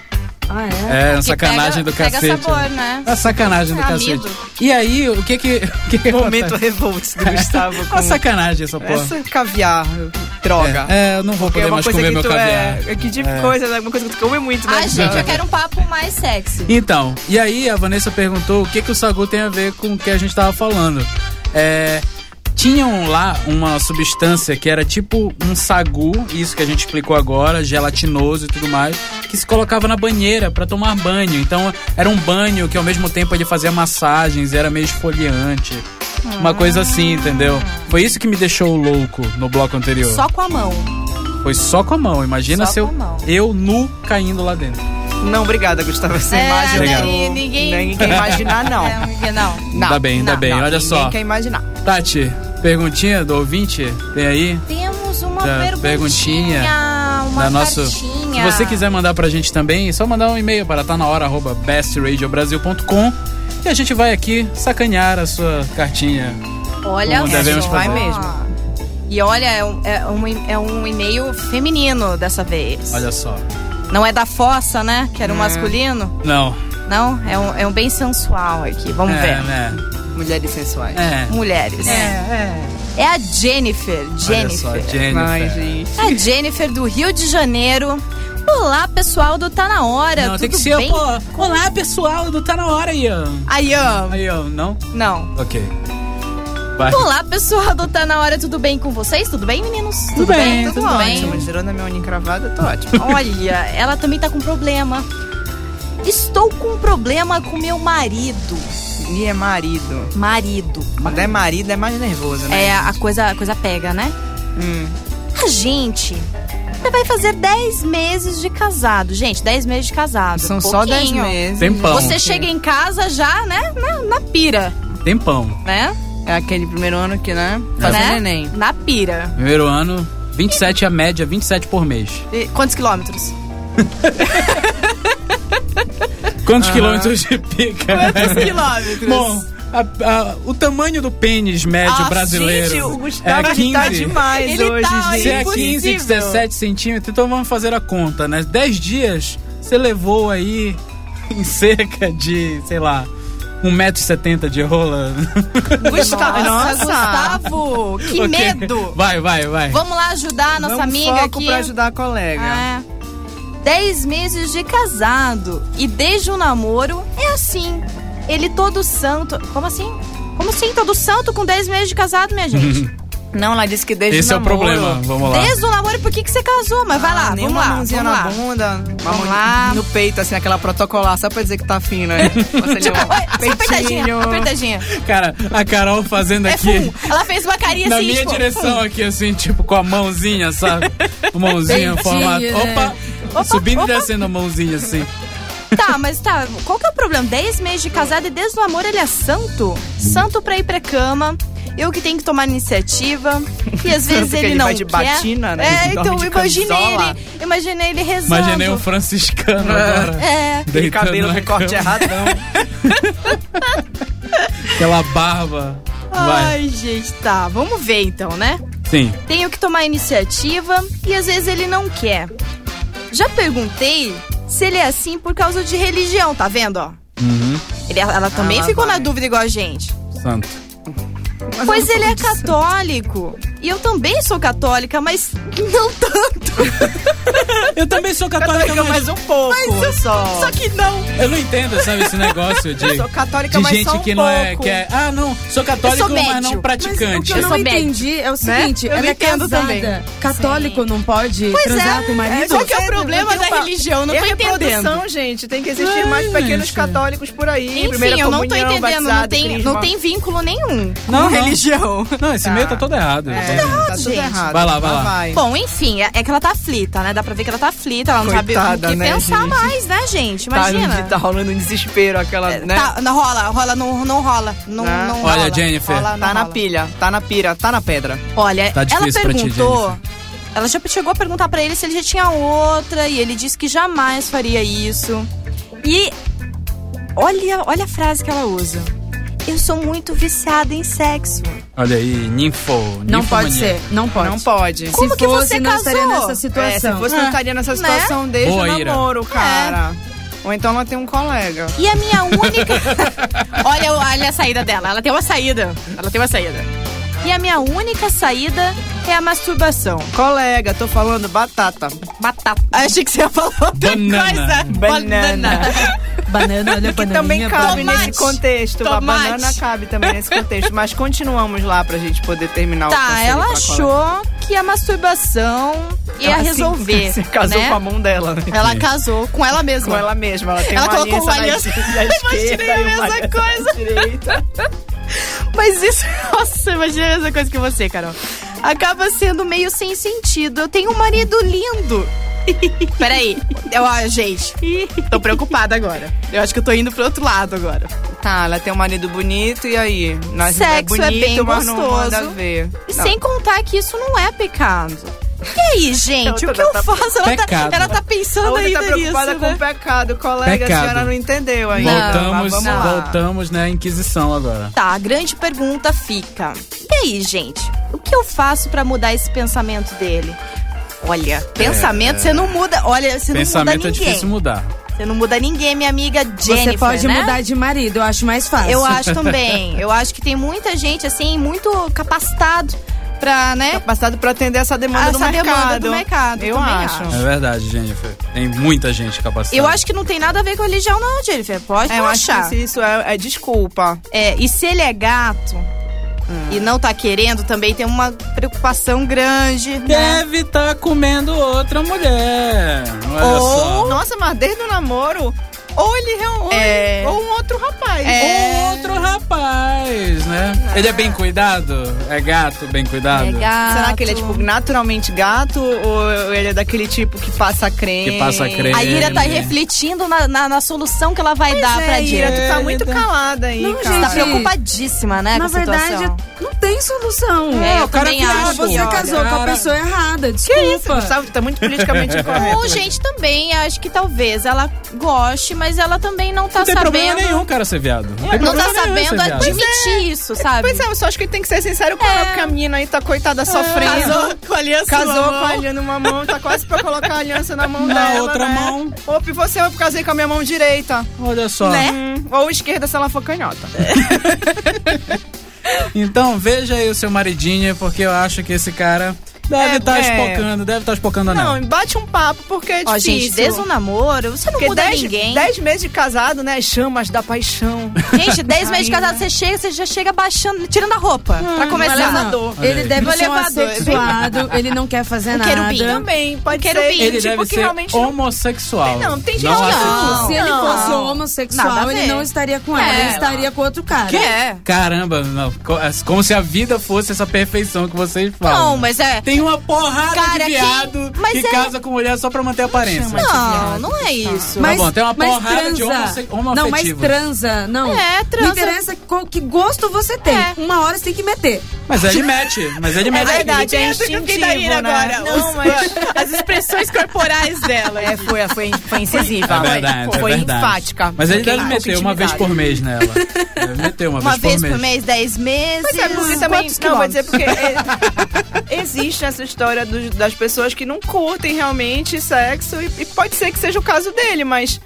[SPEAKER 2] Ah, é?
[SPEAKER 1] É, uma
[SPEAKER 3] Que
[SPEAKER 1] sacanagem
[SPEAKER 3] pega-
[SPEAKER 1] do
[SPEAKER 3] pega
[SPEAKER 1] cacete.
[SPEAKER 3] sabor,
[SPEAKER 1] né?
[SPEAKER 3] né?
[SPEAKER 1] Uma sacanagem do
[SPEAKER 3] É
[SPEAKER 1] cacete.
[SPEAKER 3] amido.
[SPEAKER 1] E aí, o que que. O que que
[SPEAKER 4] Momento
[SPEAKER 1] acontece?
[SPEAKER 4] revolto do Gustavo.
[SPEAKER 1] Uma
[SPEAKER 4] Com...
[SPEAKER 1] sacanagem essa porra.
[SPEAKER 4] Essa caviar, droga.
[SPEAKER 1] É, eu não vou
[SPEAKER 4] Porque
[SPEAKER 1] poder mais comer meu
[SPEAKER 4] tu
[SPEAKER 1] caviar.
[SPEAKER 4] é. Que tipo de coisa, né? Alguma coisa que tu come muito, né?
[SPEAKER 3] Ai, gente, eu quero um papo mais sexy.
[SPEAKER 1] Então, e aí a Vanessa perguntou o que, que o sagu tem a ver com o que a gente tava falando. É, tinham lá uma substância que era tipo um sagu, isso que a gente explicou agora, gelatinoso e tudo mais, que se colocava na banheira pra tomar banho. Então era um banho que ao mesmo tempo ele fazia massagens, era meio esfoliante. Uma coisa assim, entendeu? Foi isso que me deixou louco no bloco anterior.
[SPEAKER 3] Só com a mão.
[SPEAKER 1] Foi só com a mão. Imagina
[SPEAKER 3] Só
[SPEAKER 1] se eu,
[SPEAKER 3] com a mão.
[SPEAKER 1] eu nu caindo lá dentro.
[SPEAKER 4] Não, obrigada, Gustavo. Essa
[SPEAKER 3] É,
[SPEAKER 4] imagem
[SPEAKER 1] né,
[SPEAKER 4] eu não-
[SPEAKER 3] e ninguém-
[SPEAKER 4] ninguém quer imaginar, não.
[SPEAKER 3] É, porque não.
[SPEAKER 4] Não,
[SPEAKER 1] Ainda bem, ainda
[SPEAKER 4] não,
[SPEAKER 1] bem.
[SPEAKER 4] não,
[SPEAKER 1] Olha
[SPEAKER 4] ninguém
[SPEAKER 1] só.
[SPEAKER 4] quer imaginar.
[SPEAKER 1] Tati, perguntinha do ouvinte? Tem aí?
[SPEAKER 3] Temos uma
[SPEAKER 1] Da
[SPEAKER 3] perguntinha,
[SPEAKER 1] perguntinha
[SPEAKER 3] uma
[SPEAKER 1] da nosso- Se
[SPEAKER 3] cartinha.
[SPEAKER 1] você quiser mandar pra gente também, é só mandar um e-mail para tá na hora arroba bestradiobrasil.com e a gente vai aqui sacanear a sua cartinha.
[SPEAKER 3] Olha
[SPEAKER 1] Como
[SPEAKER 3] só.
[SPEAKER 1] devemos fazer.
[SPEAKER 4] Vai mesmo.
[SPEAKER 3] E olha, é um, é um e- é um e-mail feminino dessa vez.
[SPEAKER 1] Olha Hum. só.
[SPEAKER 3] Não é da fossa, né? Que era um masculino.
[SPEAKER 1] Não.
[SPEAKER 3] Não, é um, é um bem sensual aqui. Vamos
[SPEAKER 1] é,
[SPEAKER 3] ver.
[SPEAKER 1] né?
[SPEAKER 4] Mulheres sensuais.
[SPEAKER 1] É.
[SPEAKER 3] Mulheres.
[SPEAKER 4] é.
[SPEAKER 3] É a Jennifer.
[SPEAKER 1] Olha só,
[SPEAKER 3] Jennifer.
[SPEAKER 1] É,
[SPEAKER 3] É
[SPEAKER 1] Jennifer.
[SPEAKER 4] Ai, gente.
[SPEAKER 3] A Jennifer do Rio de Janeiro. Olá, pessoal do Tá Na Hora.
[SPEAKER 1] Não,
[SPEAKER 3] Tudo
[SPEAKER 1] tem que ser,
[SPEAKER 3] bem?
[SPEAKER 1] pô. Olá, pessoal, não tá na hora aí, ó.
[SPEAKER 3] Aí, ó.
[SPEAKER 1] Aí, ó, não?
[SPEAKER 3] Não.
[SPEAKER 1] Ok. Vai.
[SPEAKER 3] Olá, pessoal do Tá Na Hora. Tudo bem com vocês? Tudo bem, meninos? Tudo,
[SPEAKER 1] bem,
[SPEAKER 3] tudo,
[SPEAKER 1] tudo
[SPEAKER 3] bem.
[SPEAKER 4] Ótimo, girou na minha unha encravada, tô ótimo.
[SPEAKER 3] Olha, ela também tá com problema. Estou com um problema com meu marido.
[SPEAKER 4] E é marido.
[SPEAKER 3] Marido.
[SPEAKER 4] Quando é marido, é mais nervoso, né?
[SPEAKER 3] É, a coisa, a coisa pega, né?
[SPEAKER 4] Hum.
[SPEAKER 3] A gente Você vai fazer 10 meses de casado. Gente, 10 meses de casado.
[SPEAKER 4] São só 10
[SPEAKER 3] pouquinho.
[SPEAKER 4] meses.
[SPEAKER 1] Tempão.
[SPEAKER 3] Você chega em casa já, né, na, na pira,
[SPEAKER 1] Tempão.
[SPEAKER 3] né?
[SPEAKER 4] É aquele primeiro ano que, né? Fazer
[SPEAKER 3] né?
[SPEAKER 4] neném.
[SPEAKER 3] Na pira.
[SPEAKER 1] Primeiro ano, 27 é a média, 27 por mês.
[SPEAKER 3] E quantos quilômetros?
[SPEAKER 1] Quantos quilômetros de pica?
[SPEAKER 4] Quantos quilômetros?
[SPEAKER 1] Bom, a- a- o tamanho do pênis médio
[SPEAKER 3] Ah,
[SPEAKER 1] brasileiro
[SPEAKER 3] gente, o
[SPEAKER 4] Gustavo
[SPEAKER 1] é
[SPEAKER 4] ele
[SPEAKER 1] 15.
[SPEAKER 4] tá demais
[SPEAKER 3] Ele
[SPEAKER 4] hoje,
[SPEAKER 3] tá,
[SPEAKER 1] Se é
[SPEAKER 4] gente.
[SPEAKER 3] olha,
[SPEAKER 1] 15,
[SPEAKER 3] impossível.
[SPEAKER 1] 17 centímetros, então vamos fazer a conta, né? 10 dias, você levou aí em cerca de, sei lá, 1,70m de rola.
[SPEAKER 3] Gustavo,
[SPEAKER 4] Nossa.
[SPEAKER 3] Gustavo, que
[SPEAKER 1] Ok.
[SPEAKER 3] medo.
[SPEAKER 1] Vai, vai, vai.
[SPEAKER 3] Vamos lá ajudar a nossa
[SPEAKER 4] Dá um
[SPEAKER 3] amiga
[SPEAKER 4] foco
[SPEAKER 3] aqui.
[SPEAKER 4] pra ajudar a colega.
[SPEAKER 3] É. Dez meses de casado e desde o namoro é assim. Ele todo santo. Como assim? Como assim? Todo santo com 10 meses de casado, minha gente?
[SPEAKER 4] Não, ela disse que desde
[SPEAKER 1] Esse é o
[SPEAKER 4] namoro.
[SPEAKER 1] problema, vamos lá.
[SPEAKER 3] Desde o namoro, por que, que você casou? Mas vai lá,
[SPEAKER 4] Ah, nem
[SPEAKER 3] vamos
[SPEAKER 4] uma
[SPEAKER 3] lá.
[SPEAKER 4] mãozinha
[SPEAKER 3] Vamos
[SPEAKER 4] na
[SPEAKER 3] lá.
[SPEAKER 4] bunda, uma
[SPEAKER 3] Vamos
[SPEAKER 4] mão
[SPEAKER 3] lá.
[SPEAKER 4] no peito, assim, aquela protocolar, só pra dizer que tá fino, né? Você deu um
[SPEAKER 3] Oi, só apertadinha,
[SPEAKER 4] peitinho.
[SPEAKER 3] apertadinha.
[SPEAKER 1] Cara, a Carol fazendo
[SPEAKER 3] É
[SPEAKER 1] aqui...
[SPEAKER 3] fum. Ela fez uma carinha
[SPEAKER 1] Na
[SPEAKER 3] assim,
[SPEAKER 1] minha
[SPEAKER 3] tipo,
[SPEAKER 1] direção aqui, assim, tipo, com a mãozinha, sabe? Mãozinha, um
[SPEAKER 2] Peitinho,
[SPEAKER 1] formato.
[SPEAKER 2] né?
[SPEAKER 1] Opa!
[SPEAKER 3] Opa,
[SPEAKER 1] Subindo
[SPEAKER 3] opa.
[SPEAKER 1] e descendo a mãozinha, assim.
[SPEAKER 3] Tá, mas tá, qual que é o problema? 10 meses de casado e desde o amor ele é santo? Santo pra ir pra cama. Eu que tenho que tomar iniciativa. E às vezes
[SPEAKER 4] Porque
[SPEAKER 3] ele,
[SPEAKER 4] ele
[SPEAKER 3] não
[SPEAKER 4] vai de
[SPEAKER 3] quer.
[SPEAKER 4] batina, né?
[SPEAKER 3] É,
[SPEAKER 4] Ele
[SPEAKER 3] então
[SPEAKER 4] dorme de
[SPEAKER 3] imaginei
[SPEAKER 4] camisola.
[SPEAKER 3] ele, imaginei ele rezando.
[SPEAKER 1] Imaginei um franciscano agora.
[SPEAKER 3] É.
[SPEAKER 4] Aquele
[SPEAKER 1] deitando
[SPEAKER 4] cabelo
[SPEAKER 1] na
[SPEAKER 4] com corte é.
[SPEAKER 1] cama.
[SPEAKER 4] erradão.
[SPEAKER 1] Aquela barba. Vai.
[SPEAKER 3] Ai, gente, tá. Vamos ver então, né?
[SPEAKER 1] Sim.
[SPEAKER 3] Tenho que tomar iniciativa e às vezes ele não quer. Já perguntei se ele é assim por causa de religião, tá vendo, ó?
[SPEAKER 1] Uhum.
[SPEAKER 3] Ele- ela também
[SPEAKER 4] lá
[SPEAKER 3] ficou na
[SPEAKER 4] vai.
[SPEAKER 3] dúvida igual a gente.
[SPEAKER 1] Santo.
[SPEAKER 3] Pois ele é católico. E eu também sou católica, mas não tanto.
[SPEAKER 1] Eu também sou católica,
[SPEAKER 4] Católica
[SPEAKER 1] mas,
[SPEAKER 4] mais um pouco, só.
[SPEAKER 3] Só que não.
[SPEAKER 1] eu não entendo, sabe, esse negócio de,
[SPEAKER 4] Eu sou católica,
[SPEAKER 1] de
[SPEAKER 4] mas
[SPEAKER 1] gente
[SPEAKER 4] só um
[SPEAKER 1] que não é,
[SPEAKER 4] pouco.
[SPEAKER 1] que é. Ah, não, sou
[SPEAKER 3] Eu
[SPEAKER 1] católico,
[SPEAKER 3] sou
[SPEAKER 1] mas
[SPEAKER 3] médio.
[SPEAKER 1] não praticante.
[SPEAKER 2] O que eu
[SPEAKER 3] Eu
[SPEAKER 2] não
[SPEAKER 3] sou médium.
[SPEAKER 2] entendi é o seguinte,
[SPEAKER 4] Eu
[SPEAKER 2] ela é
[SPEAKER 4] entendo
[SPEAKER 2] casada.
[SPEAKER 4] também.
[SPEAKER 2] Católico não pode transar com o marido?
[SPEAKER 3] Qual que é o problema da religião? Não tô entendendo.
[SPEAKER 4] Reprodução, gente, tem que existir
[SPEAKER 1] Ai,
[SPEAKER 4] mais pequenos
[SPEAKER 1] gente.
[SPEAKER 4] católicos por aí. primeira
[SPEAKER 3] Enfim, eu não tô
[SPEAKER 4] comunhão,
[SPEAKER 3] entendendo. Não
[SPEAKER 4] batizado,
[SPEAKER 3] tem,
[SPEAKER 4] crisma.
[SPEAKER 3] não tem vínculo nenhum.
[SPEAKER 1] não, não.
[SPEAKER 4] religião.
[SPEAKER 1] Não, esse meio tá todo errado.
[SPEAKER 4] É, tá tudo
[SPEAKER 3] gente.
[SPEAKER 4] errado.
[SPEAKER 1] Vai lá, vai lá.
[SPEAKER 4] Tá
[SPEAKER 3] Bom, enfim, é, é que ela tá aflita, né? Dá pra ver que ela tá aflita, ela não sabe
[SPEAKER 4] Coitada,
[SPEAKER 3] o que
[SPEAKER 4] né,
[SPEAKER 3] pensar
[SPEAKER 4] gente?
[SPEAKER 3] mais, né, gente? Imagina.
[SPEAKER 4] Tá, tá rolando um desespero aquela, né?
[SPEAKER 3] Tá, não rola, rola, não, não rola. Não,
[SPEAKER 4] Né?
[SPEAKER 3] não
[SPEAKER 1] Olha,
[SPEAKER 3] rola.
[SPEAKER 1] Jennifer.
[SPEAKER 3] Rola, não
[SPEAKER 4] Tá na
[SPEAKER 3] rola.
[SPEAKER 4] pilha, tá na pira, tá na pedra.
[SPEAKER 3] Olha,
[SPEAKER 1] Tá
[SPEAKER 3] ela
[SPEAKER 1] difícil pra ti,
[SPEAKER 3] perguntou. ela já chegou a perguntar pra ele se ele já tinha outra e ele disse que jamais faria isso. E olha, olha a frase que ela usa. Eu sou muito viciada em sexo.
[SPEAKER 1] Olha aí, ninfo.
[SPEAKER 2] Não pode
[SPEAKER 1] ninfomania.
[SPEAKER 2] ser, não pode.
[SPEAKER 4] Não pode.
[SPEAKER 2] Se
[SPEAKER 3] Como que
[SPEAKER 2] fosse,
[SPEAKER 3] você
[SPEAKER 2] não estaria
[SPEAKER 3] casou?
[SPEAKER 2] nessa
[SPEAKER 4] É, se
[SPEAKER 2] situação.
[SPEAKER 4] você
[SPEAKER 3] Ah,
[SPEAKER 4] não estaria nessa
[SPEAKER 3] né?
[SPEAKER 4] situação desde
[SPEAKER 1] Boa,
[SPEAKER 4] o
[SPEAKER 1] Ira.
[SPEAKER 3] É.
[SPEAKER 4] namoro, cara. Ou então ela tem um colega.
[SPEAKER 3] E a minha única. olha, olha a saída dela. Ela tem uma saída. Ela tem uma saída. E a minha única saída é a masturbação.
[SPEAKER 4] Colega, tô falando batata.
[SPEAKER 3] Batata. Ah, Achei que você ia falar outra
[SPEAKER 1] Banana.
[SPEAKER 3] coisa.
[SPEAKER 4] Banana.
[SPEAKER 2] Banana, olha a
[SPEAKER 4] Que
[SPEAKER 2] bananinha.
[SPEAKER 4] também cabe
[SPEAKER 3] tomate.
[SPEAKER 4] nesse contexto. A
[SPEAKER 3] Tomate.
[SPEAKER 4] banana cabe também nesse contexto. Mas continuamos lá pra gente poder terminar o
[SPEAKER 3] Tá,
[SPEAKER 4] conselho
[SPEAKER 3] ela
[SPEAKER 1] é.
[SPEAKER 4] pra colega.
[SPEAKER 3] achou que a masturbação ia
[SPEAKER 4] Ela se-
[SPEAKER 3] resolver.
[SPEAKER 4] se casou
[SPEAKER 3] né?
[SPEAKER 4] com a mão dela, né?
[SPEAKER 3] Ela casou com ela mesma.
[SPEAKER 4] Com ela mesma. Ela tem
[SPEAKER 3] Ela
[SPEAKER 4] uma
[SPEAKER 3] colocou
[SPEAKER 4] aliança
[SPEAKER 3] uma
[SPEAKER 4] na
[SPEAKER 3] aliança.
[SPEAKER 4] esquerda
[SPEAKER 3] Imaginei
[SPEAKER 4] e
[SPEAKER 3] a
[SPEAKER 4] uma
[SPEAKER 3] mesma
[SPEAKER 4] aliança na
[SPEAKER 3] coisa.
[SPEAKER 4] direita.
[SPEAKER 3] Mas isso, nossa, imagina a mesma coisa que você, Carol. Acaba sendo meio sem sentido. Eu tenho um marido lindo. Peraí, eu, ah, gente, tô preocupada agora. Eu acho que eu tô indo pro outro lado agora.
[SPEAKER 4] Tá, ela tem um marido bonito e aí? Nós
[SPEAKER 3] Sexo é
[SPEAKER 4] é bonito,
[SPEAKER 3] bem
[SPEAKER 4] mas não manda
[SPEAKER 3] gostoso.
[SPEAKER 4] ver.
[SPEAKER 3] E
[SPEAKER 4] Não,
[SPEAKER 3] sem contar que isso não é pecado. E aí, gente, o que eu faço? Ela tá,
[SPEAKER 1] Pecado.
[SPEAKER 3] ela tá
[SPEAKER 4] A
[SPEAKER 3] pensando
[SPEAKER 4] outra
[SPEAKER 3] ainda
[SPEAKER 4] tá preocupada
[SPEAKER 3] nisso,
[SPEAKER 4] com o
[SPEAKER 3] né?
[SPEAKER 4] pecado, colega.
[SPEAKER 1] Pecado.
[SPEAKER 4] A senhora não entendeu ainda. Mas
[SPEAKER 1] Voltamos,
[SPEAKER 4] vamos lá.
[SPEAKER 1] voltamos, né, à Inquisição agora.
[SPEAKER 3] Tá, a grande pergunta fica: e aí, gente? O que eu faço pra mudar esse pensamento dele? Olha, pensamento você não muda. Olha, você não muda
[SPEAKER 1] Pensamento é
[SPEAKER 3] ninguém.
[SPEAKER 1] difícil mudar.
[SPEAKER 3] Você não muda ninguém, minha amiga Jennifer.
[SPEAKER 2] Você pode
[SPEAKER 3] né?
[SPEAKER 2] mudar de marido, eu acho mais fácil.
[SPEAKER 3] Eu acho também. Eu acho que tem muita gente, assim, muito capacitado pra, né?
[SPEAKER 4] Passado pra atender Tá essa demanda
[SPEAKER 3] Ah, Essa
[SPEAKER 4] do
[SPEAKER 3] demanda é
[SPEAKER 4] mercado.
[SPEAKER 3] do mercado,
[SPEAKER 4] Eu
[SPEAKER 3] também
[SPEAKER 4] acho.
[SPEAKER 3] acho.
[SPEAKER 1] É verdade, Jennifer. Tem muita gente capacitada.
[SPEAKER 3] Eu acho que não tem nada a ver com religião, não, Jennifer. Pode
[SPEAKER 4] É, eu acho
[SPEAKER 3] achar.
[SPEAKER 4] que isso- isso é, é desculpa.
[SPEAKER 3] É, e se ele é gato
[SPEAKER 4] Ah.
[SPEAKER 3] e não tá querendo, também tem uma preocupação grande. Né?
[SPEAKER 1] Deve estar comendo outra mulher. Olha só.
[SPEAKER 4] Nossa, mas desde o namoro, Ou ele realmente.
[SPEAKER 3] É.
[SPEAKER 4] Ou um outro rapaz.
[SPEAKER 1] Um outro rapaz, né? Ele é bem cuidado? É gato, bem cuidado?
[SPEAKER 3] Legal.
[SPEAKER 4] Será que ele é, tipo, naturalmente gato? Ou ele é daquele tipo que passa creme?
[SPEAKER 1] Que passa creme.
[SPEAKER 3] A Ira tá
[SPEAKER 1] Ele-
[SPEAKER 3] refletindo na, na, na solução que ela vai dar
[SPEAKER 4] É,
[SPEAKER 3] pra
[SPEAKER 4] Ira,
[SPEAKER 3] Diego.
[SPEAKER 4] tu tá muito calada aí,
[SPEAKER 2] Não,
[SPEAKER 4] cara.
[SPEAKER 3] Tá
[SPEAKER 2] gente.
[SPEAKER 3] preocupadíssima, né?
[SPEAKER 2] Na
[SPEAKER 3] com a
[SPEAKER 2] verdade,
[SPEAKER 3] situação.
[SPEAKER 2] não tem solução.
[SPEAKER 3] É, eu
[SPEAKER 2] o cara
[SPEAKER 3] também
[SPEAKER 2] que- ah,
[SPEAKER 3] acho.
[SPEAKER 2] Você
[SPEAKER 3] Olha,
[SPEAKER 2] casou com a
[SPEAKER 1] cara.
[SPEAKER 2] pessoa errada,
[SPEAKER 4] Que isso,
[SPEAKER 2] desculpa.
[SPEAKER 4] Gustavo? Tá muito politicamente incorreto.
[SPEAKER 3] Ou, gente, também, acho que talvez ela goste, mas ela também não tá
[SPEAKER 1] Não tem problema
[SPEAKER 3] sabendo.
[SPEAKER 1] nenhum, cara, ser viado. Não, tem
[SPEAKER 3] Não
[SPEAKER 1] problema
[SPEAKER 3] tá
[SPEAKER 1] nenhum ser
[SPEAKER 3] sabendo
[SPEAKER 1] viado. É
[SPEAKER 3] admitir isso, sabe?
[SPEAKER 4] Pois é, eu só acho que ele tem que ser sincero com ela, porque a menina aí tá coitada sofrendo.
[SPEAKER 3] Casou
[SPEAKER 4] com a aliança Casou com a aliança numa mão, tá quase pra colocar a aliança na mão
[SPEAKER 1] Na
[SPEAKER 4] dela,
[SPEAKER 1] outra
[SPEAKER 4] né?
[SPEAKER 1] mão.
[SPEAKER 4] Ou se você, eu casei com a minha mão direita.
[SPEAKER 1] Olha só.
[SPEAKER 3] Né?
[SPEAKER 4] Hum, ou esquerda se ela for canhota.
[SPEAKER 1] É, Então veja aí o seu maridinho, porque eu acho que esse cara deve
[SPEAKER 4] É,
[SPEAKER 1] estar tá
[SPEAKER 4] é.
[SPEAKER 1] espocando, deve estar tá espocando anel.
[SPEAKER 4] Não, bate um papo, porque é
[SPEAKER 3] Ó,
[SPEAKER 4] difícil.
[SPEAKER 3] gente, desde o namoro, você não
[SPEAKER 4] porque
[SPEAKER 3] muda
[SPEAKER 4] dez,
[SPEAKER 3] ninguém.
[SPEAKER 4] dez meses de casado, né? Chamas da paixão.
[SPEAKER 3] Gente, 10 meses de casado, você chega, você já chega baixando, tirando a roupa.
[SPEAKER 4] Hum,
[SPEAKER 3] pra começar.
[SPEAKER 2] Não, Ele
[SPEAKER 1] aí.
[SPEAKER 2] deve ser um
[SPEAKER 3] elevador,
[SPEAKER 2] assexuado, ele não quer fazer nada.
[SPEAKER 3] querubim. Um
[SPEAKER 4] Também, pode
[SPEAKER 3] Eu
[SPEAKER 4] ser.
[SPEAKER 3] quero vir.
[SPEAKER 1] Ele
[SPEAKER 4] tipo,
[SPEAKER 1] deve
[SPEAKER 4] que
[SPEAKER 1] ser
[SPEAKER 4] realmente não-
[SPEAKER 1] homossexual.
[SPEAKER 4] Não, tem gente
[SPEAKER 1] não
[SPEAKER 4] que
[SPEAKER 1] acho-
[SPEAKER 3] Não.
[SPEAKER 2] Se ele fosse
[SPEAKER 3] Não. Nada a
[SPEAKER 2] homossexual,
[SPEAKER 3] ver.
[SPEAKER 2] ele não estaria com ela,
[SPEAKER 3] É,
[SPEAKER 2] ele estaria com outro cara.
[SPEAKER 3] É.
[SPEAKER 1] Caramba, não. Co- é Como se a vida fosse essa perfeição que vocês falam.
[SPEAKER 3] Não, mas é.
[SPEAKER 1] Tem uma porrada
[SPEAKER 3] Cara,
[SPEAKER 1] de
[SPEAKER 3] quem-
[SPEAKER 1] viado
[SPEAKER 3] mas
[SPEAKER 1] que
[SPEAKER 3] é-
[SPEAKER 1] casa com mulher só pra manter a aparência.
[SPEAKER 3] Não, não é isso.
[SPEAKER 1] Mas- Tá bom, tem uma porrada de homosse-
[SPEAKER 2] Não, mas
[SPEAKER 1] homoafetivos.
[SPEAKER 2] transa, não.
[SPEAKER 3] É, transa.
[SPEAKER 2] Não interessa qual- que gosto você tem.
[SPEAKER 3] É.
[SPEAKER 2] Uma hora você tem que meter.
[SPEAKER 1] Mas ele mete, mas ele mete.
[SPEAKER 4] verdade, é instintivo, né? Não, mas
[SPEAKER 3] as expressões corporais dela.
[SPEAKER 4] É, foi, foi, foi incisiva.
[SPEAKER 1] É verdade,
[SPEAKER 4] foi
[SPEAKER 1] é verdade.
[SPEAKER 4] enfática.
[SPEAKER 1] Mas ele
[SPEAKER 4] Fiquei
[SPEAKER 1] deve
[SPEAKER 4] um
[SPEAKER 1] meter
[SPEAKER 4] pouco
[SPEAKER 1] uma vez por
[SPEAKER 4] intimidada.
[SPEAKER 1] mês nela. Deve meter uma,
[SPEAKER 3] Uma vez por mês, 10 meses.
[SPEAKER 4] Mas é porque também.
[SPEAKER 3] Quantos
[SPEAKER 4] Não, vou dizer
[SPEAKER 3] quilômetros?
[SPEAKER 4] porque. é- existe essa história dos- das pessoas que não curtem realmente sexo. E, e pode ser que seja o caso dele, mas.